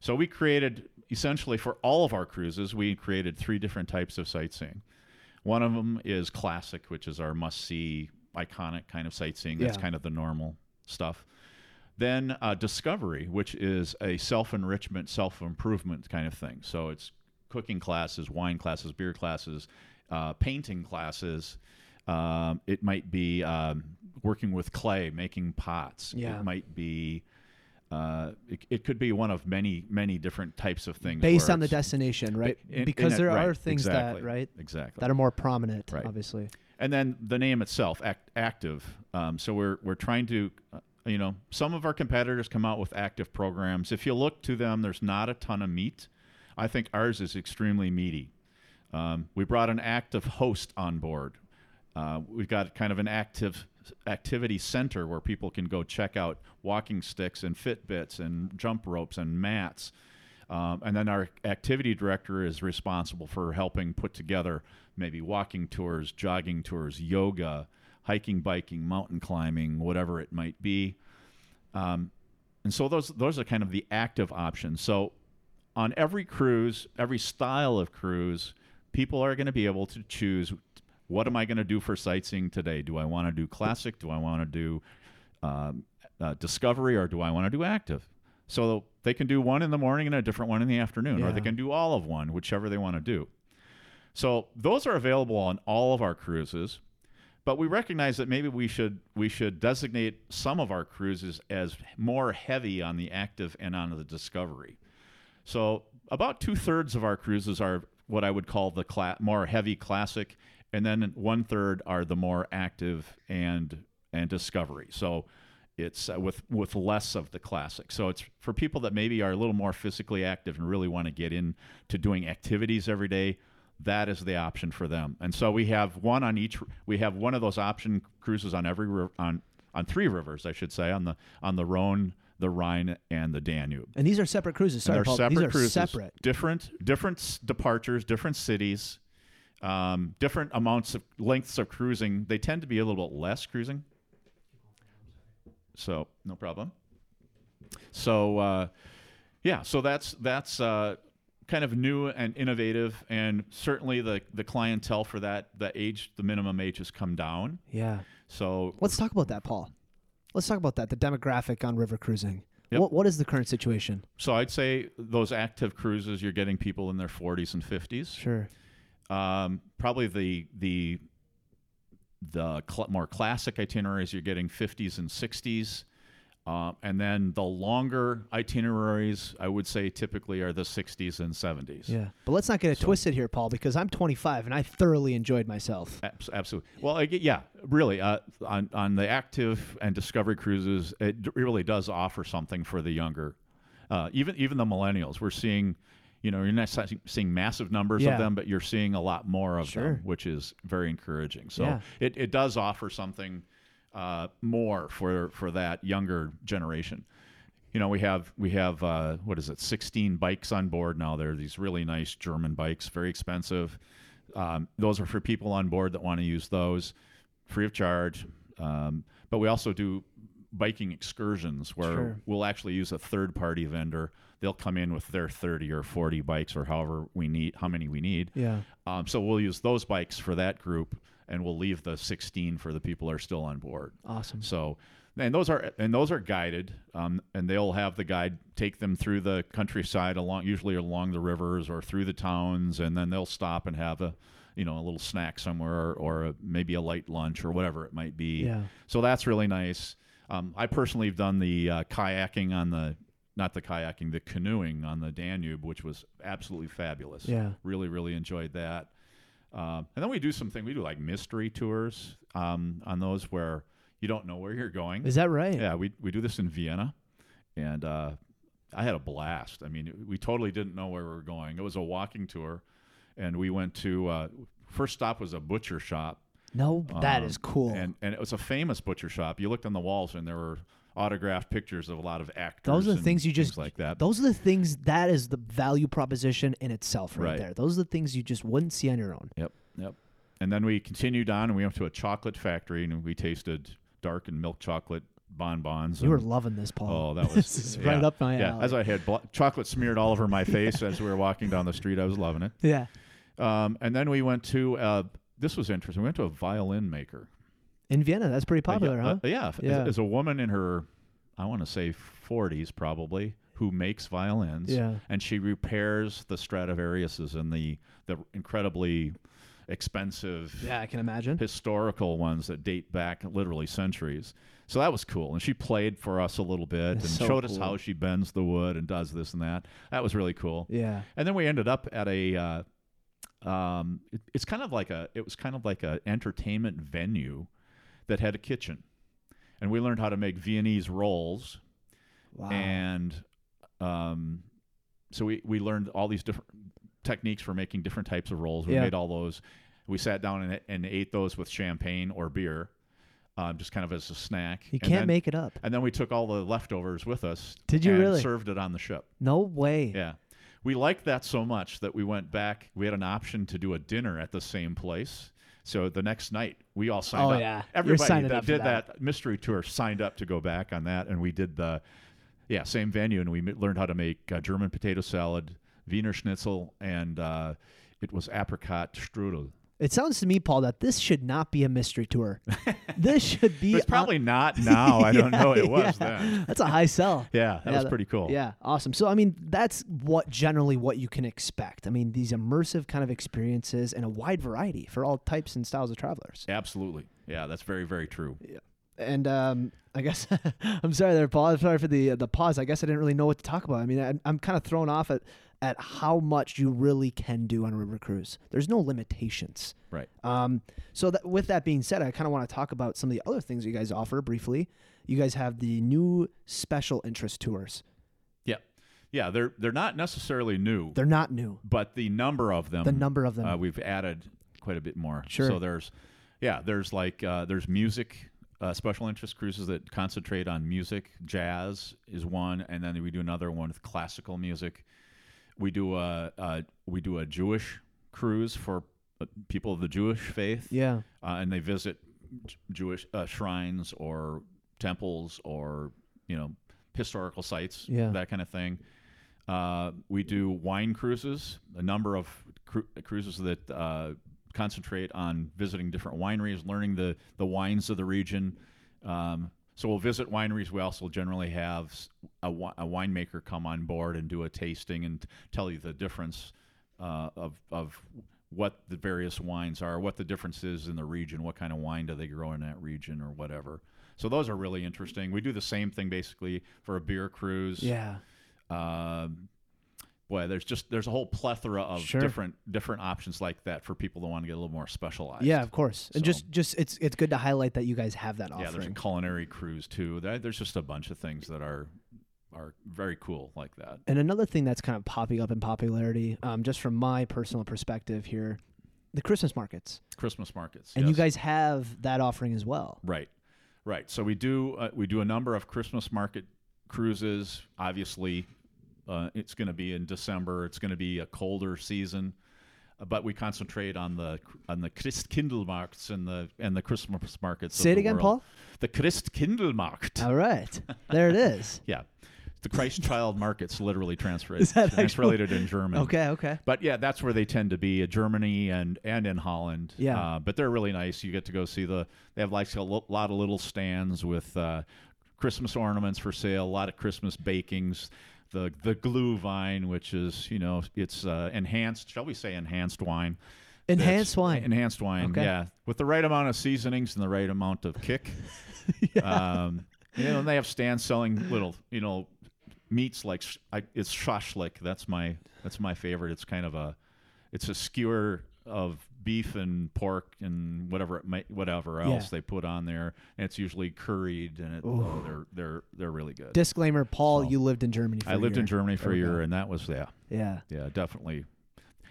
S1: So we created essentially for all of our cruises, we created three different types of sightseeing. One of them is classic, which is our must see, iconic kind of sightseeing. That's
S2: Yeah.
S1: kind of the normal stuff. Then uh, discovery, which is a self enrichment, self improvement kind of thing. So it's cooking classes, wine classes, beer classes, uh, painting classes, Um, it might be um, working with clay, making pots.
S2: Yeah.
S1: It might be. Uh, it, it could be one of many many different types of things
S2: based
S1: where
S2: on the
S1: it's-
S2: destination, right?
S1: in- in
S2: because
S1: it,
S2: there
S1: right,
S2: are things
S1: exactly,
S2: that right
S1: exactly
S2: that are more prominent,
S1: Right.
S2: obviously.
S1: and then the name itself act, active um, so we're we're trying to uh, you know some of our competitors come out with active programs if you look to them there's not a ton of meat i think ours is extremely meaty um, we brought an active host on board uh, we've got kind of an active activity center where people can go check out walking sticks and fitbits and jump ropes and mats um, and then our activity director is responsible for helping put together maybe walking tours, jogging tours, yoga, hiking, biking, mountain climbing, whatever it might be. Um, and so those those are kind of the active options. So on every cruise, every style of cruise, people are going to be able to choose what am I going to do for sightseeing today? Do I want to do classic? Do I want to do um, uh, discovery or do I want to do active? So they can do one in the morning and a different one in the afternoon, or
S2: Yeah.
S1: they can do all of one, whichever they want to do. So those are available on all of our cruises, but we recognize that maybe we should we should designate some of our cruises as more heavy on the active and on the discovery. So about two thirds of our cruises are what I would call the cla- more heavy classic, and then one third are the more active and and discovery. So it's uh, with with less of the classic. So it's for people that maybe are a little more physically active and really want to get in to doing activities every day. That is the option for them. And so we have one on each. We have one of those option cruises on every ri- on on three rivers, I should say, on the on the Rhone, the Rhine, and the Danube.
S2: And these are separate cruises.
S1: And
S2: Sorry, Paul.
S1: they're separate
S2: these are
S1: cruises,
S2: separate.
S1: different different s- departures, different cities, um, different amounts of lengths of cruising. They tend to be a little bit less cruising. So no problem. So uh, yeah, so that's that's uh, kind of new and innovative, and certainly the the clientele for that the age the minimum age has come down.
S2: Yeah.
S1: So
S2: Let's talk about that, Paul. Let's talk about that. The demographic on river cruising.
S1: Yep.
S2: What what is the current situation?
S1: so I'd say those active cruises you're getting people in their 40s and 50s.
S2: Sure.
S1: um, probably the the the cl- more classic itineraries you're getting 50s and 60s um, and then the longer itineraries i would say typically are the 60s and 70s
S2: Yeah. But let's not get it
S1: So-
S2: twisted here, Paul, because I'm 25 and I thoroughly enjoyed myself.
S1: Abs- absolutely well I, get- yeah really uh, on, on the active and discovery cruises it d- really does offer something for the younger uh, even even the millennials we're seeing you know you're not si- seeing massive numbers
S2: Yeah.
S1: of them but you're seeing a lot more of
S2: Sure.
S1: them which is very encouraging so
S2: Yeah.
S1: it, it does offer something uh, more for for that younger generation you know we have we have uh, what is it 16 bikes on board now they're these really nice german bikes very expensive um, those are for people on board that want to use those free of charge um, but we also do biking excursions where
S2: Sure.
S1: we'll actually use a third party vendor they'll come in with their 30 or 40 bikes or however we need how many we need
S2: Yeah.
S1: um, so we'll use those bikes for that group and we'll leave the 16 for the people that are still on board
S2: Awesome.
S1: so, and those are and those are guided, um, and they'll have the guide take them through the countryside along, usually along the rivers or through the towns, and then they'll stop and have a, you know, a little snack somewhere or, a, maybe a light lunch or whatever it might be.
S2: Yeah.
S1: So that's really nice. Um, I personally have done the uh, kayaking on the not the kayaking, the canoeing on the Danube, which was absolutely fabulous.
S2: Yeah.
S1: Really, really enjoyed that. Um, and then we do something. We do like mystery tours um, on those where you don't know where you're going.
S2: Is that right?
S1: Yeah, we we do this in Vienna, and uh, I had a blast. I mean, we totally didn't know where we were going. It was a walking tour, and we went to uh, first stop was a butcher shop.
S2: No, that
S1: Um,
S2: is cool.
S1: And and it was a famous butcher shop. You looked on the walls, and there were autographed pictures of a lot of actors.
S2: Those are the
S1: and
S2: things you just-
S1: like that.
S2: Those are the things that is the value proposition in itself right,
S1: Right.
S2: there. Those are the things you just wouldn't see on your own.
S1: Yep. Yep. And then we continued on and we went to a chocolate factory and we tasted dark and milk chocolate bonbons.
S2: You were
S1: and-
S2: loving this, Paul.
S1: Oh, that was
S2: This is right
S1: yeah.
S2: up my
S1: Yeah,
S2: alley.
S1: as I had bl- chocolate smeared all over my face as we were walking down the street, I was loving it.
S2: Yeah.
S1: Um, and then we went to uh, this was interesting. We went to a violin maker.
S2: In Vienna, that's pretty popular,
S1: Uh,
S2: huh?
S1: uh, yeah,
S2: Yeah.
S1: Is, a woman in her, I want to say 40s probably, who makes violins.
S2: Yeah.
S1: And she repairs the Stradivariuses and the the incredibly expensive
S2: Yeah, I can imagine.
S1: historical ones that date back literally centuries. So that was cool. And she played for us a little bit
S2: That's
S1: and
S2: so
S1: showed us
S2: cool.
S1: how she bends the wood and does this and that. That was really cool.
S2: Yeah.
S1: And then we ended up at a uh, um, it, it's kind of like a it was kind of like a entertainment venue that had a kitchen. And we learned how to make Viennese rolls
S2: Wow.
S1: and um, so we, we learned all these different techniques for making different types of rolls. We
S2: Yeah.
S1: made all those. We sat down and, and ate those with champagne or beer, um, just kind of as a snack.
S2: you
S1: And
S2: can't
S1: then-
S2: make it up.
S1: And then we took all the leftovers with us.
S2: Did you
S1: and
S2: really?
S1: Served it on the ship.
S2: No way.
S1: Yeah. We liked that so much that we went back. We had an option to do a dinner at the same place. So the next night, we all signed
S2: Oh,
S1: up.
S2: yeah. You're
S1: Everybody
S2: signing
S1: that
S2: up for
S1: did
S2: that.
S1: that. mystery tour signed up to go back on that. And we did the, yeah, same venue. And we m- learned how to make uh, German potato salad, Wiener Schnitzel, and uh, it was apricot strudel.
S2: It sounds to me, Paul, that this should not be a mystery tour. this should be.
S1: It's
S2: on-
S1: probably not now. I don't
S2: uh, Yeah,
S1: know. It was
S2: yeah.
S1: then.
S2: That's a high sell.
S1: Yeah, that
S2: Yeah,
S1: was
S2: that-
S1: pretty cool.
S2: Yeah, awesome. So I mean, that's what generally what you can expect. I mean, these immersive kind of experiences and a wide variety for all types and styles of travelers.
S1: Absolutely. Yeah, that's very, very true.
S2: And um, I guess I'm sorry there, Paul. I'm sorry for the the pause. I guess I didn't really know what to talk about. I mean, I'm, I'm kind of thrown off at at how much you really can do on a river cruise. There's no limitations.
S1: Right.
S2: Um, so that, with that being said, I kind of want to talk about some of the other things you guys offer briefly. You guys have the new special interest tours.
S1: Yeah. Yeah, they're they're not necessarily new.
S2: They're not new.
S1: but the number of them
S2: The number of them.
S1: uh, we've added quite a bit more
S2: Sure.
S1: so there's yeah there's like uh, there's music uh, special interest cruises that concentrate on music jazz is one and then we do another one with classical music we do a, a we do a jewish cruise for uh, people of the jewish faith
S2: yeah.
S1: uh, and they visit J- jewish uh, shrines or temples or you know historical sites
S2: Yeah.
S1: that kind of thing uh, we do wine cruises, a number of cru- cruises that uh, concentrate on visiting different wineries, learning the, the wines of the region. Um, so we'll visit wineries. We also generally have s- a, wi- a winemaker come on board and do a tasting and tell you the difference uh, of, of what the various wines are, what the difference is in the region, what kind of wine do they grow in that region or whatever. So those are really interesting. We do the same thing basically for a beer cruise
S2: Yeah.
S1: um, boy, there's just there's a whole plethora of
S2: Sure.
S1: different different options like that for people that want to get a little more specialized.
S2: Yeah, of course. And
S1: So-
S2: just just it's it's good to highlight that you guys have that
S1: yeah. There's a
S2: offering.
S1: culinary cruise too. There- There's just a bunch of things that are are very cool like that.
S2: and another thing that's kind of popping up in popularity, um, just from my personal perspective here, the Christmas markets.
S1: Christmas markets.
S2: And you
S1: yes.
S2: guys have that offering as well.
S1: Right, right. So we do uh, we do a number of Christmas market cruises. Obviously, uh, it's going to be in December. It's going to be a colder season, uh, but we concentrate on the on the Christkindlmarkts and the and the Christmas markets. of
S2: Say it
S1: the
S2: again,
S1: world.
S2: Paul. Uh,
S1: The Christkindlmarkt.
S2: All right. There it is.
S1: yeah, the Christ Child markets literally translated.
S2: that actually-
S1: translated in German?
S2: Okay, okay.
S1: But yeah, that's where they tend to be, uh, Germany and and in Holland.
S2: Yeah.
S1: Uh, but they're really nice. You get to go see the. They have like a lo- lot of little stands with uh, Christmas ornaments for sale. A lot of Christmas bakings. The the glue vine, which is you know it's uh, enhanced. Shall we say enhanced wine? That's-
S2: Enhanced wine.
S1: Enhanced wine.
S2: Okay.
S1: Yeah, with the right amount of seasonings and the right amount of kick. Um, you know, and they have stands selling little, you know, meats like sh- I, it's shashlik. That's my that's my favorite. It's kind of a it's a skewer of beef and pork and whatever it might whatever
S2: Yeah.
S1: else they put on there. And it's usually curried and it, oh, they're they're they're really good.
S2: Disclaimer, Paul,
S1: So-
S2: you lived in Germany for
S1: I
S2: a
S1: lived in
S2: year.
S1: Germany for
S2: There
S1: a
S2: we go.
S1: year and that was yeah.
S2: Yeah.
S1: Yeah, definitely.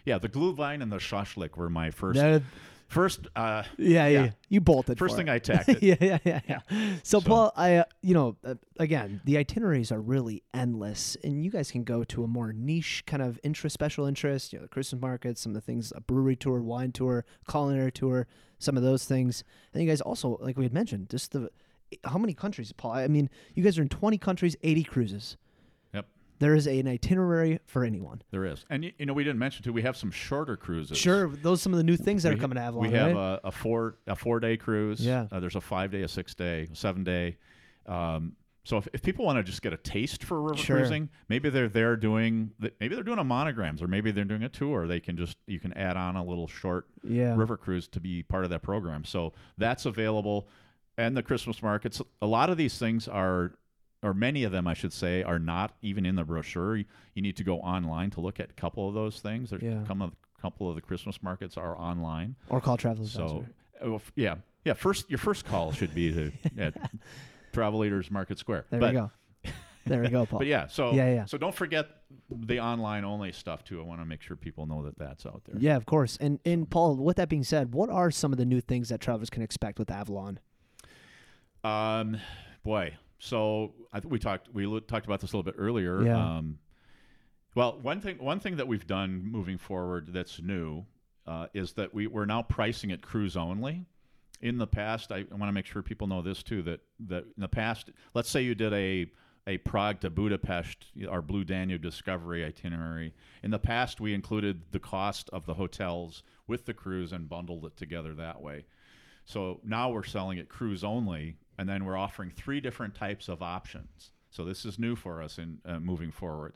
S1: Yeah, the glühwein and the shashlik were my first
S2: That-
S1: first uh
S2: yeah, yeah,
S1: Yeah.
S2: yeah. You bolted.
S1: first
S2: for
S1: thing
S2: it.
S1: I tackled.
S2: yeah, yeah, yeah, yeah.
S1: So-
S2: So, Paul, I, uh, you know, uh, again, the itineraries are really endless, and you guys can go to a more niche kind of interest, special interest, you know, the Christmas markets, some of the things, a brewery tour, wine tour, culinary tour, some of those things. And you guys also, like we had mentioned, just the how many countries, Paul? I mean, you guys are in 20 countries, 80 cruises.
S1: Yep.
S2: There is an itinerary for anyone.
S1: There is, and y- you know we didn't mention too. We have some shorter cruises.
S2: Sure, those are some of the new things that
S1: we,
S2: are coming to Avalon.
S1: We have uh,
S2: right?
S1: a, a four a four day cruise.
S2: Yeah.
S1: Uh, there's a five day, a six day, seven day. Um, So if, if people want to just get a taste for river
S2: Sure.
S1: cruising, maybe they're there doing th- maybe they're doing a monograms or maybe they're doing a tour. They can just you can add on a little short
S2: Yeah.
S1: river cruise to be part of that program. So that's available, and the Christmas markets. A lot of these things are, or many of them, I should say, are not even in the brochure. You you need to go online to look at a couple of those things. There's
S2: Yeah.
S1: a couple of, couple of the Christmas markets are online.
S2: Or call travel advisor.
S1: So, uh, well, f- yeah, yeah. First, your first call should be to yeah, Travel Leaders Market Square.
S2: there
S1: but,
S2: we go. There we go, Paul.
S1: But yeah, so
S2: Yeah, yeah.
S1: so don't forget the online only stuff too. I want to make sure people know that that's out there.
S2: Yeah, of course. And and Paul, with that being said, what are some of the new things that travelers can expect with Avalon?
S1: Um, boy. So I think we talked we lo- talked about this a little bit earlier.
S2: Yeah.
S1: Um, well, one thing one thing that we've done moving forward that's new uh, is that we we're now pricing it cruise only. In the past, I, I want to make sure people know this too that that in the past, let's say you did a a Prague to Budapest, our Blue Danube Discovery itinerary. In the past, we included the cost of the hotels with the cruise and bundled it together that way. So now we're selling it cruise only, and then we're offering three different types of options. So this is new for us in uh, moving forward.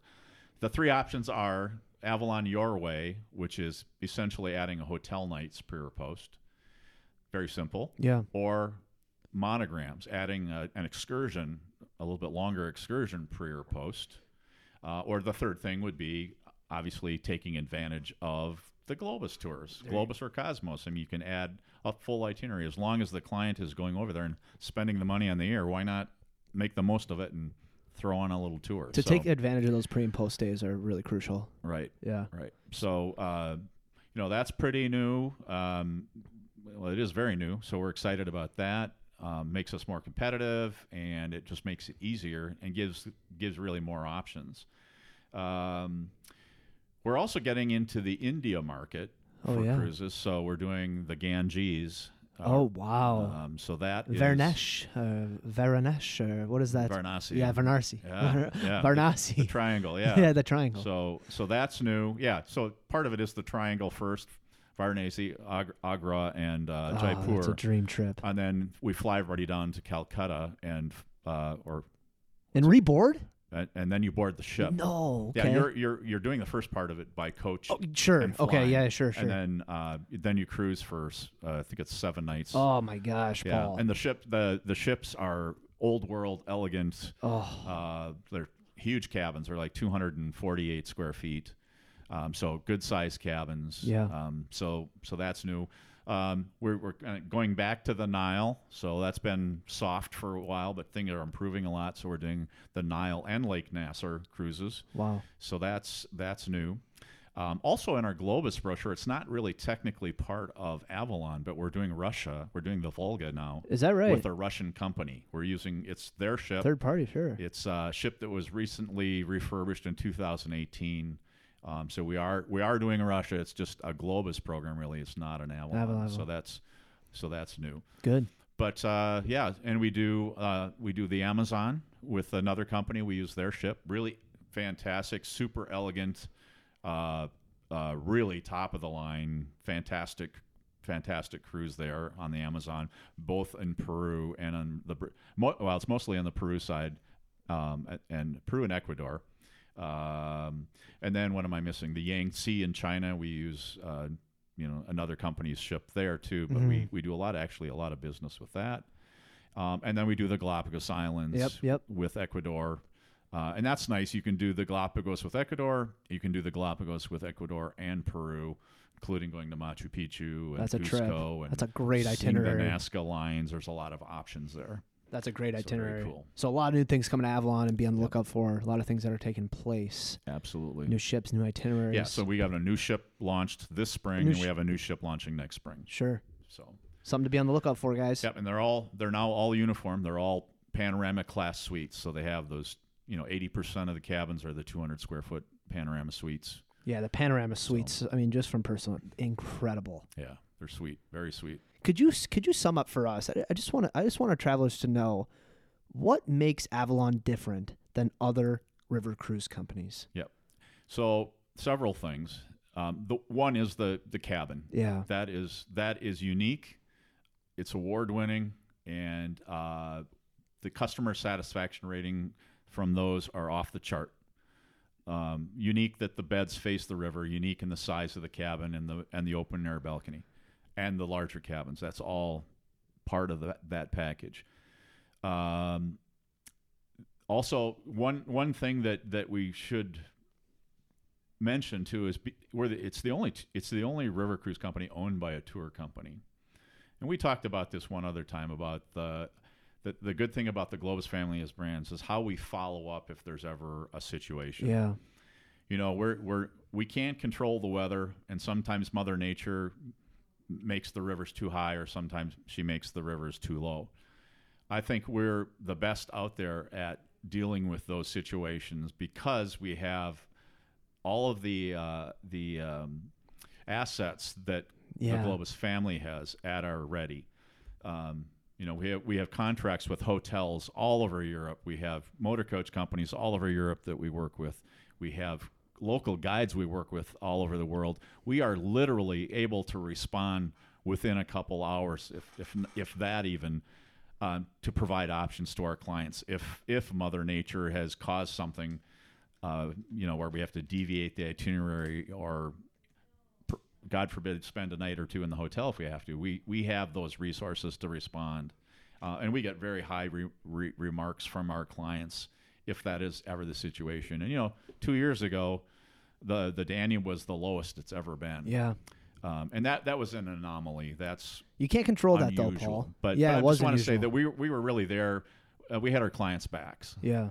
S1: The three options are Avalon Your Way, which is essentially adding a hotel nights pre or post, very simple,
S2: Yeah.
S1: or monograms, adding a, an excursion, a little bit longer excursion pre or post. Uh, or the third thing would be obviously taking advantage of the Globus tours, Globus or Cosmos. I mean, you can add a full itinerary as long as the client is going over there and spending the money on the air. Why not make the most of it and throw on a little tour?
S2: To
S1: So-
S2: take advantage of those pre and post days are really crucial.
S1: right,
S2: Yeah.
S1: right. So, uh, you know, that's pretty new. Um, well, it is very new, so we're excited about that. Um, makes us more competitive, and it just makes it easier and gives gives really more options. Um, we're also getting into the India market
S2: Oh,
S1: for
S2: yeah.
S1: cruises, so we're doing the Ganges. uh,
S2: oh wow.
S1: um, so that is-
S2: Vernesh, uh, Varanesh, or what is that?
S1: Varanasi,
S2: yeah, Varanasi.
S1: Yeah, yeah.
S2: Varanasi.
S1: the triangle,
S2: yeah. the triangle.
S1: So so that's new. Yeah. So part of it is the triangle first, Varanasi, Ag- Agra, and uh,
S2: Ah, That's a
S1: Jaipur, Uh,
S2: dream trip.
S1: and then we fly right down to Calcutta, and uh, or
S2: And reboard?
S1: and, and then you board the ship.
S2: No.
S1: Yeah,
S2: Okay.
S1: you're you're you're doing the first part of it by coach.
S2: oh, sure.
S1: and
S2: Okay.
S1: flying,
S2: Yeah. Sure. Sure.
S1: And then uh, then you cruise for s- uh, I think it's seven nights.
S2: oh my gosh,
S1: yeah.
S2: Paul.
S1: And the ship the the ships are old world elegant.
S2: oh,
S1: Uh, they're huge cabins. They're like 248 square feet. Um, so good sized cabins.
S2: Yeah.
S1: Um, so so that's new. Um, we're we're kinda going back to the Nile. So that's been soft for a while, but things are improving a lot. So we're doing the Nile and Lake Nasser cruises.
S2: wow.
S1: So that's that's new. Um, also in our Globus brochure, it's not really technically part of Avalon, but we're doing Russia. We're doing the Volga now
S2: Is that right?
S1: with a Russian company. We're using it's their ship.
S2: Third party, sure.
S1: It's a ship that was recently refurbished in 2018. Um, so we are we are doing Russia. It's just a Globus program, really. It's not an Avalon.
S2: Avalon.
S1: So that's so that's new.
S2: Good.
S1: But uh, yeah, and we do uh, we do the Amazon with another company. We use their ship. Really fantastic, super elegant, uh, uh, really top of the line, fantastic, fantastic cruise there on the Amazon, both in Peru and on the Br- mo- well, it's mostly on the Peru side, um, a- and Peru and Ecuador. Um, and then what am I missing? The Yangtze in China. We use uh, you know another company's ship there too, but we, we do a lot actually a lot of business with that. Um, and then we do the Galapagos Islands
S2: Yep, yep.
S1: with Ecuador. Uh, and that's nice. You can do the Galapagos with Ecuador. You can do the Galapagos with Ecuador and Peru, including going to Machu Picchu and
S2: That's a trip.
S1: Cusco and
S2: That's a great
S1: seeing
S2: itinerary.
S1: The Nazca lines. There's a lot of options there.
S2: That's a great
S1: So very
S2: itinerary.
S1: cool.
S2: So a lot of new things coming to Avalon and be on the lookout for. A lot of things that are taking place.
S1: Absolutely.
S2: New ships, new itineraries.
S1: yeah. So we got a new ship launched this spring,
S2: New
S1: and
S2: sh-
S1: we have a new ship launching next spring.
S2: sure,
S1: So
S2: something to be on the lookout for, guys.
S1: Yep, and they're all they're now all uniform. They're all panorama class suites, so they have those. You know, eighty percent of the cabins are the two hundred square foot panorama suites.
S2: Yeah, the panorama suites. I mean, just from personal, incredible.
S1: Yeah, they're sweet, very sweet.
S2: Could you could you sum up for us? I, I just want to I just want our travelers to know what makes Avalon different than other river cruise companies.
S1: Yep. So several things. Um, the one is the the cabin.
S2: Yeah,
S1: That is that is unique. It's award winning, and uh, the customer satisfaction rating from those are off the chart. Um, unique that the beds face the river, unique in the size of the cabin and the and the open air balcony, and the larger cabins. That's all part of that that package. Um, also, one one thing that that we should mention too is be, we're the, it's the only it's the only river cruise company owned by a tour company, and we talked about this one other time about the. The, the good thing about the Globus family as brands is how we follow up if there's ever a situation.
S2: Yeah.
S1: You know, we're we're we can't control the weather, and sometimes Mother Nature makes the rivers too high, or sometimes she makes the rivers too low. I think we're the best out there at dealing with those situations because we have all of the uh, the um, assets that
S2: Yeah.
S1: the Globus family has at our ready. Um, you know, we have, we have contracts with hotels all over Europe. We have motor coach companies all over Europe that we work with. We have local guides we work with all over the world. We are literally able to respond within a couple hours, if if if that even, um, to provide options to our clients. If if Mother Nature has caused something, uh, you know, where we have to deviate the itinerary or God forbid, spend a night or two in the hotel if we have to. We we have those resources to respond, uh, and we get very high re- re- remarks from our clients if that is ever the situation. And you know, two years ago, the the Daniel was the lowest it's ever been,
S2: Yeah.
S1: um, and that that was an anomaly. That's
S2: You can't control that
S1: unusual.
S2: though, Paul.
S1: But
S2: yeah,
S1: but
S2: it
S1: I
S2: was
S1: just want to say
S2: unusual.
S1: that we we were really there. Uh, we had our clients' backs,
S2: Yeah.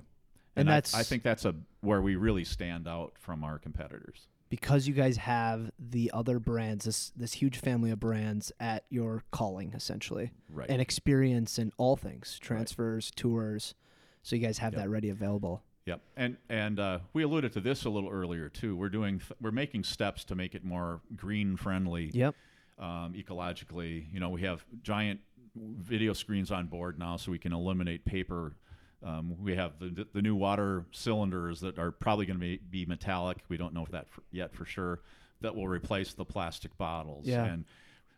S2: And,
S1: I-
S2: that's
S1: I think that's a where we really stand out from our competitors.
S2: because you guys have the other brands, this this huge family of brands at your calling essentially,
S1: Right.
S2: and experience in all things, transfers, tours. So you guys have that ready available.
S1: Yep, and and uh, we alluded to this a little earlier too. We're doing th- we're making steps to make it more green friendly,
S2: Yep.
S1: um, ecologically. You know, we have giant video screens on board now, so we can eliminate paper. Um, we have the the new water cylinders that are probably going to be, be metallic. We don't know if that for, yet for sure. That will replace the plastic bottles.
S2: Yeah.
S1: And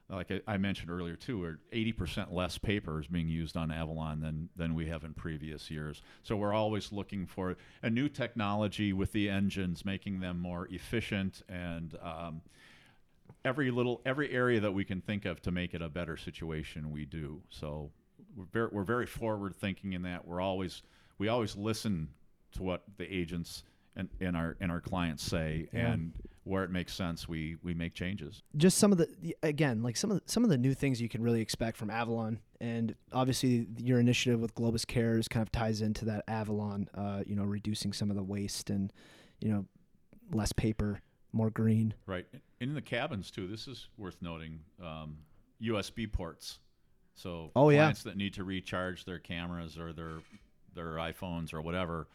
S1: like I, I mentioned earlier too, we're 80% less paper is being used on Avalon than than we have in previous years. So we're always looking for a new technology with the engines, making them more efficient and um, every little every area that we can think of to make it a better situation we do so we're very, we're very forward thinking in that we're always we always listen to what the agents and, and our and our clients say
S2: Yeah.
S1: and where it makes sense we we make changes
S2: just some of the- the again like some of the, some of the new things you can really expect from Avalon, and obviously your initiative with Globus Cares kind of ties into that Avalon, uh, you know, reducing some of the waste and you know less paper, more green.
S1: right in the cabins too this is worth noting um, usb ports so
S2: Oh, yeah.
S1: clients that need to recharge their cameras or their their iphones or whatever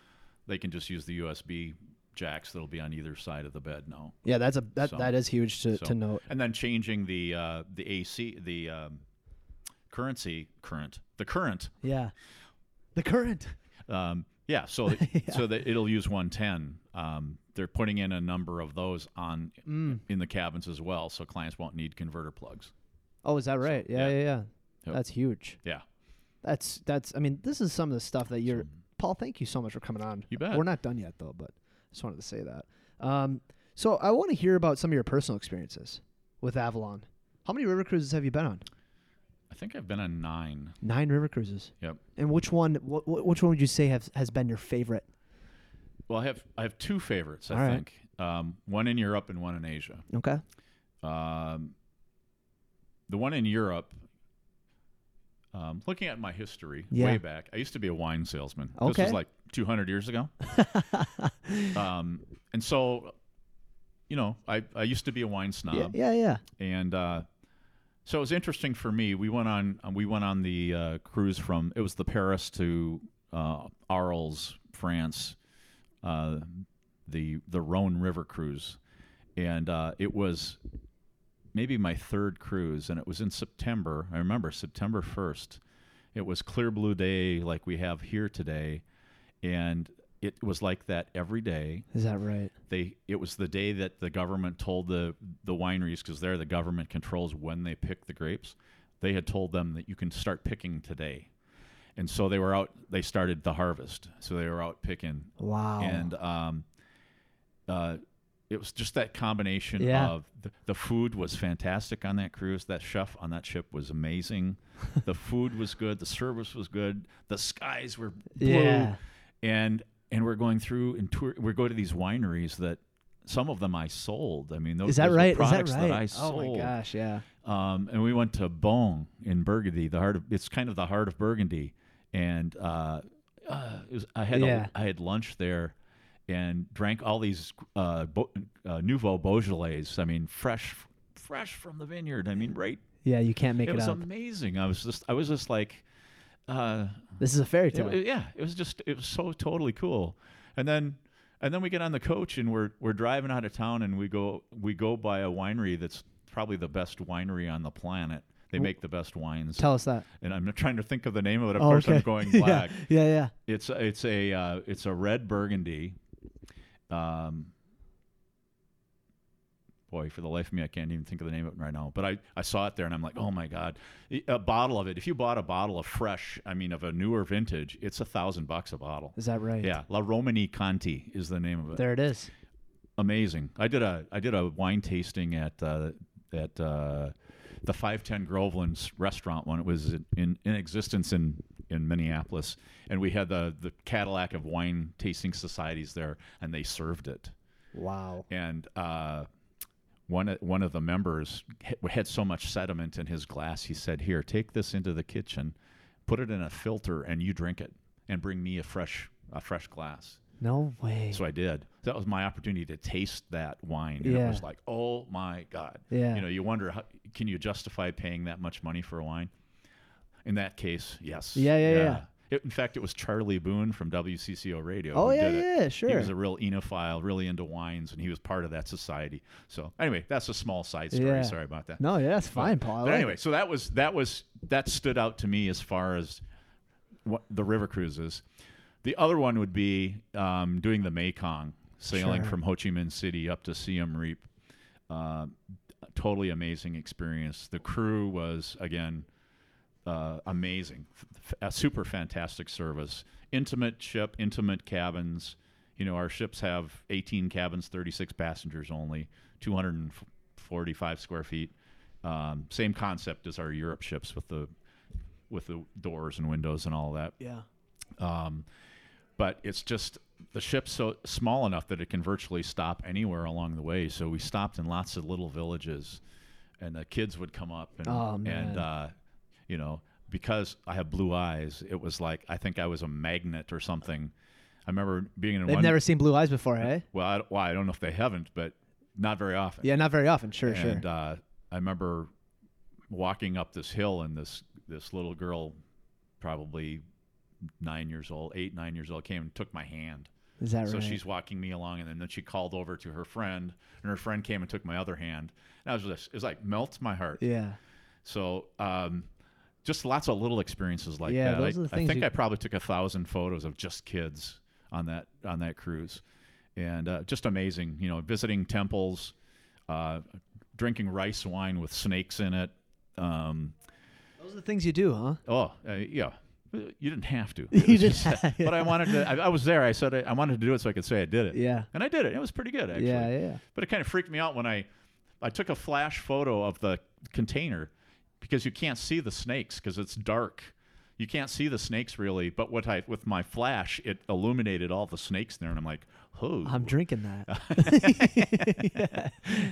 S1: they can just use the usb jacks that'll be on either side of the bed now
S2: Yeah, that's a that
S1: So-
S2: that is huge to,
S1: So-
S2: to note.
S1: And then changing the uh, the AC the um, currency current the current
S2: Yeah, the current.
S1: um, yeah so that, so that it'll use 110. Um, they're putting in a number of those on in the cabins as well, so clients won't need converter plugs.
S2: Oh, is that right? Yeah, yeah,
S1: yeah.
S2: yeah.
S1: Yep.
S2: That's huge.
S1: Yeah,
S2: That's that's. I mean, this is some of the stuff that you're. Paul, thank you so much for coming on.
S1: You bet.
S2: We're not done yet though, but just wanted to say that. Um, so I want to hear about some of your personal experiences with Avalon. How many river cruises have you been on?
S1: I think I've been on nine.
S2: Nine river cruises.
S1: Yep.
S2: And which one? Wh- wh- which one would you say have, has been your favorite?
S1: Well, I have I have two favorites. I
S2: All right.
S1: think um, one in Europe and one in Asia.
S2: Okay.
S1: Um, the one in Europe. Um, looking at my history
S2: Yeah.
S1: way back, I used to be a wine salesman. This
S2: Okay.
S1: was like 200 years ago. um, and so, you know, I, I used to be a wine snob,
S2: yeah, yeah, yeah.
S1: and uh, so it was interesting for me. We went on we went on the uh, cruise from it was the Paris to uh, Arles, France, uh, the the Rhone River cruise, and uh, it was maybe my third cruise, and it was in September. I remember September first. It was clear blue day like we have here today, and it was like that every day
S2: Is that right?
S1: they it was the day that the government told the the wineries because there the government controls when they pick the grapes they had told them that you can start picking today and so they were out. They started the harvest, so they were out picking,
S3: Oh.
S2: Wow.
S1: and um, uh, it was just that combination
S3: Yeah.
S1: of the, the food was fantastic on that cruise. That chef on that ship was amazing. the food was good. The service was good. The skies were blue,
S3: Yeah.
S1: and and we're going through and tour. We go to these wineries that some of them I sold. I mean, those,
S2: is that
S1: those were
S2: right? Is that
S1: products
S2: right?
S1: I
S2: oh
S1: sold.
S2: my gosh, yeah.
S1: Um, and we went to Beaune in Burgundy, the heart of it's kind of the heart of Burgundy, and uh, uh, it was, I had a-
S3: Yeah.
S1: I had lunch there, and drank all these uh, Bo- uh, Nouveau Beaujolais. I mean, fresh, fresh from the vineyard. I mean, right?
S2: Yeah, you can't make
S1: it
S2: it,
S1: was
S2: up.
S1: amazing. I was just I was just like, uh,
S2: this is a fairy
S1: it-
S2: tale.
S1: it- yeah, it was just it was so totally cool. And then and then we get on the coach and we're we're driving out of town and we go we go by a winery that's probably the best winery on the planet. They make the best wines.
S2: Tell us that.
S1: and I'm trying to think of the name of it. Of
S2: Oh,
S1: course, I'm
S2: okay.
S1: going
S2: Yeah,
S1: black.
S2: Yeah, yeah.
S1: It's it's a uh, it's a red Burgundy. Um, boy, for the life of me, I can't even think of the name of it right now. But I, I saw it there, and I'm like, oh my god, I- a bottle of it. If you bought a bottle of fresh, I mean, of a newer vintage, it's a thousand bucks a bottle.
S2: Is that right?
S1: Yeah, La Romani Conti is the name of it.
S3: There it is.
S1: Amazing. I did a I did a wine tasting at uh, at uh, the Five Ten Groveland's restaurant when it was in, in existence in in Minneapolis, and we had the the Cadillac of wine tasting societies there, and they served it.
S2: Wow.
S1: And uh, one of- one of the members had- had so much sediment in his glass, he said, "Here, take this into the kitchen, put it in a filter, and you drink it, and bring me a fresh a fresh glass."
S2: No way.
S1: So I did. That was my opportunity to taste that wine. And it
S2: Yeah.
S1: was like, oh my God.
S2: Yeah.
S1: You know, you wonder, how, can you justify paying that much money for a wine? In that case, yes.
S2: Yeah, yeah, yeah.
S1: It, in fact, it was Charlie Boone from WCCO Radio.
S2: oh
S1: who
S2: yeah,
S1: did it.
S2: yeah, sure.
S1: He was a real enophile, really into wines, and he was part of that society. So anyway, that's a small side story.
S2: Yeah.
S1: Sorry about that.
S2: no, yeah, that's fine, Paul. I
S1: But
S2: like
S1: anyway,
S2: it.
S1: so that was that was that stood out to me as far as what the river cruises. The other one would be um, doing the Mekong, sailing
S2: Sure.
S1: from Ho Chi Minh City up to Siem Reap. Uh, totally amazing experience. The crew was again uh, amazing, F- f- a super fantastic service. Intimate ship, intimate cabins. You know, our ships have 18 cabins, 36 passengers only, 245 square feet. Um, same concept as our Europe ships with the with the doors and windows and all that.
S2: yeah.
S1: Um, but it's just the ship's so small enough that it can virtually stop anywhere along the way. So we stopped in lots of little villages, and the kids would come up and
S2: Oh, man.
S1: and uh, you know because I have blue eyes, it was like I think I was a magnet or something. I remember being in
S2: They've
S1: one.
S2: never seen blue eyes before, eh?
S1: well, I, well, I don't know if they haven't, but not very often
S2: Yeah, not very often. Sure, sure.
S1: and uh, I remember walking up this hill, and this this little girl, probably nine years old, eight nine years old, came and took my hand.
S2: Is that
S1: So
S2: right?
S1: she's walking me along, and then, then she called over to her friend, and her friend came and took my other hand. And I was just, it was like melts my heart.
S2: yeah.
S1: So, um, just lots of little experiences like
S2: Yeah,
S1: that.
S2: those
S1: I,
S2: are the
S1: I
S2: things
S1: think
S2: you-
S1: I probably took a thousand photos of just kids on that on that cruise, and uh, just amazing. You know, visiting temples, uh, drinking rice wine with snakes in it. Um,
S2: Those are the things you do, huh?
S1: oh, uh, yeah. You didn't have to.
S2: You didn't
S1: It's just-
S2: have-
S1: But I wanted to. I, I was there. I said I, I wanted to do it so I could say I did it.
S2: Yeah.
S1: And I did it. It was pretty good actually
S2: Yeah, yeah, yeah.
S1: but it kind of freaked me out when I I took a flash photo of the container because you can't see the snakes because it's dark. You can't see the snakes really, but what I with my flash it illuminated all the snakes there, and I'm like, oh,
S2: I'm drinking that.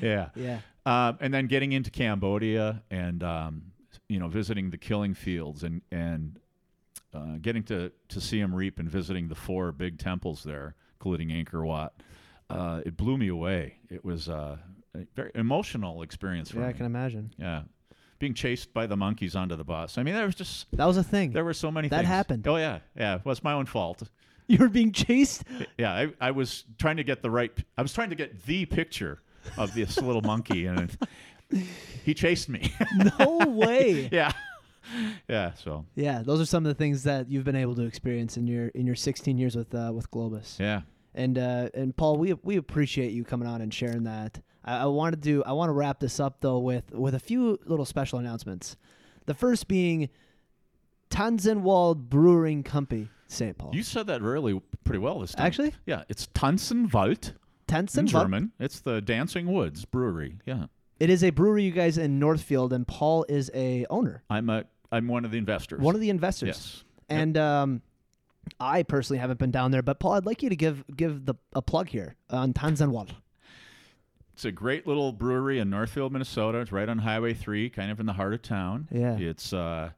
S1: yeah.
S2: yeah.
S1: Um, and then getting into Cambodia and um, you know visiting the killing fields and and uh, getting to to Siem Reap and visiting the four big temples there, including Angkor Wat, uh, it blew me away. It was uh, a very emotional experience for
S2: Yeah, I
S1: me.
S2: can imagine.
S1: yeah, being chased by the monkeys onto the bus. I mean, there was just
S2: That was a thing.
S1: there were so many
S2: That
S1: things.
S2: happened.
S1: Oh yeah, yeah. Well, it's my own fault.
S2: You were being chased.
S1: Yeah, I, I was trying to get the right. I was trying to get the picture of this little monkey, and it- he chased me.
S2: No way.
S1: yeah, yeah. So
S2: Yeah, those are some of the things that you've been able to experience in your in your 16 years with uh, with Globus.
S1: yeah,
S2: And uh, and Paul, we we appreciate you coming on and sharing that. I, I want to do I want to wrap this up though with with a few little special announcements. The first being Tanzenwald Brewing Company, St. Paul.
S1: You said that really pretty well this time.
S2: Actually?
S1: yeah, it's Tanzenwald in
S2: Tanzenwald.
S1: German. It's the Dancing Woods Brewery. Yeah,
S2: It is a brewery, you guys, in Northfield, and Paul is a owner,
S1: I'm a I'm one of the investors.
S2: one of the investors.
S1: yes.
S2: And um, I personally haven't been down there, but Paul, I'd like you to give give the a plug here on Tanzenwald.
S1: It's a great little brewery in Northfield, Minnesota. It's right on Highway 3, kind of in the heart of town.
S2: Yeah.
S1: It's uh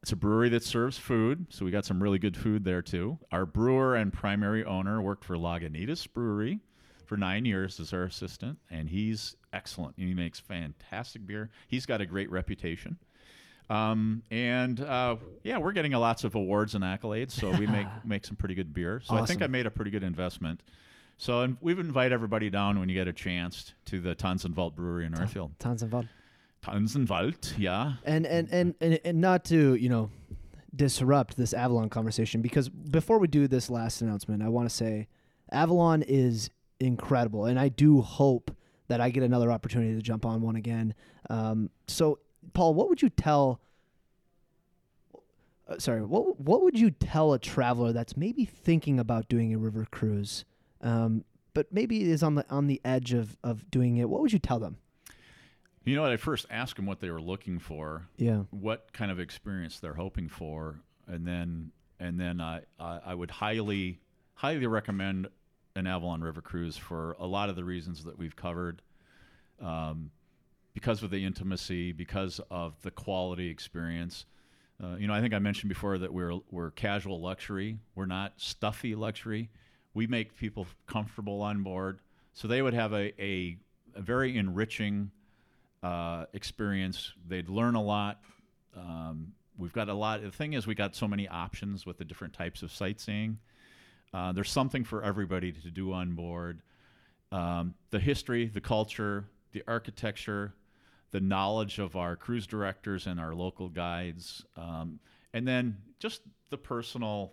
S1: it's a brewery that serves food, so we got some really good food there too. Our brewer and primary owner worked for Lagunitas Brewery for 9 years as our assistant, and he's excellent. He makes fantastic beer. He's got a great reputation. Um, and uh, yeah, we're getting a lots of awards and accolades, so we make make some pretty good beer. So I think
S2: Awesome.
S1: I made a pretty good investment. So and we've invite everybody down when you get a chance to the Tanzenwald Brewery in Northfield.
S2: Tanzenwald.
S1: Tanzenwald, yeah.
S2: And and, and and and not to you know disrupt this Avalon conversation because before we do this last announcement, I want to say Avalon is incredible, and I do hope that I get another opportunity to jump on one again. Um, so, Paul, what would you tell? uh, Sorry, what what would you tell a traveler that's maybe thinking about doing a river cruise, um, but maybe is on the on the edge of of doing it? What would you tell them?
S1: You know, what? I first asked them what they were looking for,
S2: Yeah,
S1: what kind of experience they're hoping for, and then and then I I, I would highly highly recommend an Avalon River cruise for a lot of the reasons that we've covered, um, because of the intimacy, because of the quality experience. Uh, you know, I think I mentioned before that we're we're casual luxury. We're not stuffy luxury. We make people comfortable on board, so they would have a a, a very enriching uh, experience. They'd learn a lot. Um, we've got a lot. The thing is, we got so many options with the different types of sightseeing. Uh, there's something for everybody to do on board. Um, the history, the culture, the architecture, the knowledge of our cruise directors and our local guides, um, and then just the personal,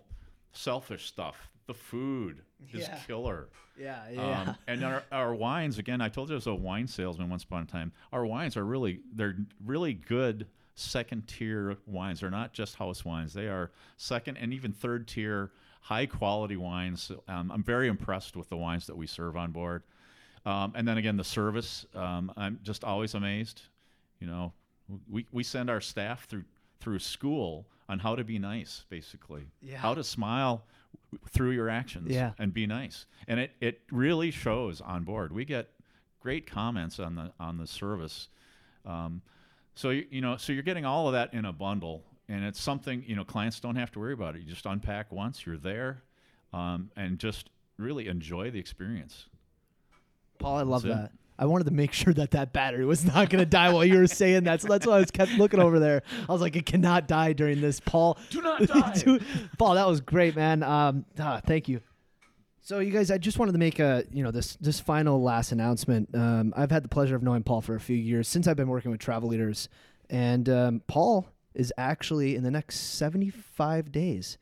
S1: selfish stuff. The food is
S2: Yeah.
S1: killer.
S2: yeah,
S1: Um, and our, our wines, again, I told you I was a wine salesman once upon a time. Our wines are really, they're really good second tier wines. They're not just house wines. They are second and even third tier high quality wines. Um, I'm very impressed with the wines that we serve on board. Um, and then again, the service, um, I'm just always amazed. You know, we, we send our staff through through school on how to be nice, basically.
S2: Yeah.
S1: How to smile through your actions
S2: Yeah.
S1: and be nice. And it, it really shows on board. We get great comments on the on the service. Um, so you, you know, so you're getting all of that in a bundle, and it's something you know clients don't have to worry about it. You just unpack once, you're there, um, and just really enjoy the experience.
S2: Paul, I love
S1: That's it.
S2: that. I wanted to make sure that that battery was not going to die while you were saying that. So that's why I was kept looking over there. I was like, it cannot die during this, Paul.
S1: Do not die.
S2: Dude, Paul, that was great, man. Um, ah, thank you. So, you guys, I just wanted to make a you know this this final last announcement. Um, I've had the pleasure of knowing Paul for a few years since I've been working with travel leaders, and um, Paul is actually in the next seventy five days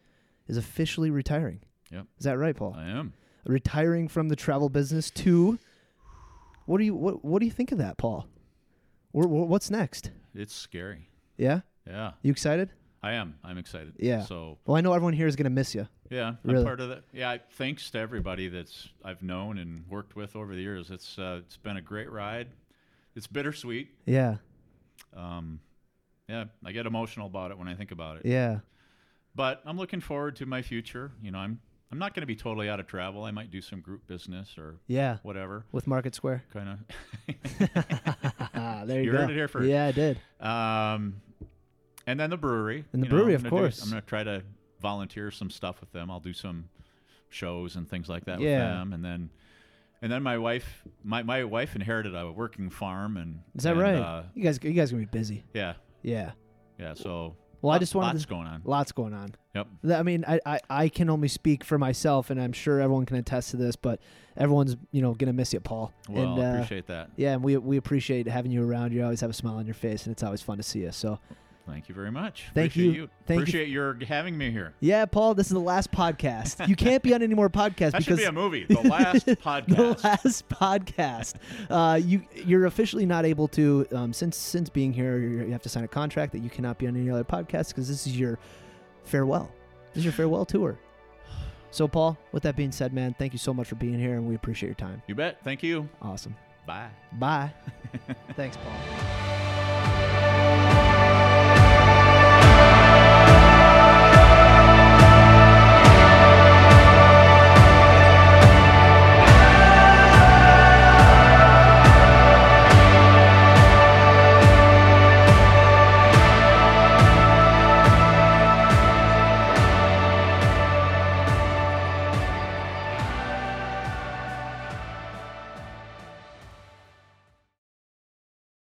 S2: is officially retiring.
S1: Yep.
S2: Is that right, Paul?
S1: I am.
S2: retiring from the travel business to what do you what what do you think of that, Paul? Wh- wh- What's next?
S1: It's scary.
S2: Yeah,
S1: Yeah,
S2: you excited?
S1: I am. I'm excited.
S2: Yeah.
S1: So
S2: Well, I know everyone here is gonna miss you.
S1: yeah,
S2: Really?
S1: I'm part of that. Yeah. I- Thanks to everybody that's I've known and worked with over the years. It's uh, it's been a great ride. It's bittersweet.
S2: Yeah,
S1: Um, yeah, I get emotional about it when I think about it.
S2: yeah,
S1: But I'm looking forward to my future. You know, I'm I'm not going to be totally out of travel. I might do some group business or
S2: yeah.
S1: whatever.
S2: With Market Square.
S1: Kind of.
S2: Ah, there you,
S1: You
S2: go.
S1: heard it here first.
S2: Yeah, I did.
S1: Um, and then the brewery.
S2: And the
S1: you know,
S2: brewery,
S1: I'm
S2: of
S1: gonna do-
S2: course.
S1: I'm going to try to volunteer some stuff with them. I'll do some shows and things like that
S2: Yeah.
S1: with them, and then. And then my wife, my, my wife inherited a working farm, and
S2: Is that
S1: and,
S2: right?
S1: Uh,
S2: you guys, you guys gonna be busy.
S1: yeah,
S2: Yeah.
S1: yeah. So
S2: Well, I
S1: lots-
S2: just wanted
S1: lots
S2: to-
S1: going on.
S2: Lots going on.
S1: Yep.
S2: Th- I mean, I, I, I can only speak for myself, and I'm sure everyone can attest to this. But everyone's you know gonna miss you, Paul.
S1: Well,
S2: and,
S1: I
S2: uh,
S1: appreciate that.
S2: Yeah, and we we appreciate having you around. You always have a smile on your face, and it's always fun to see you. So,
S1: Thank you very much.
S2: Thank
S1: Appreciate
S2: you. Thank you.
S1: Appreciate your having me here.
S2: Yeah, Paul, this is the last podcast. You can't be on any more podcasts
S1: That should
S2: because
S1: be a movie. The last podcast.
S2: the last podcast. Uh, you you're officially not able to um, since since being here. you're- You have to sign a contract that you cannot be on any other podcast because this is your farewell. This is your farewell tour. So, Paul, with that being said, man, thank you so much for being here, and we appreciate your time.
S1: You bet. Thank you.
S2: Awesome.
S1: Bye.
S2: Bye. Thanks, Paul.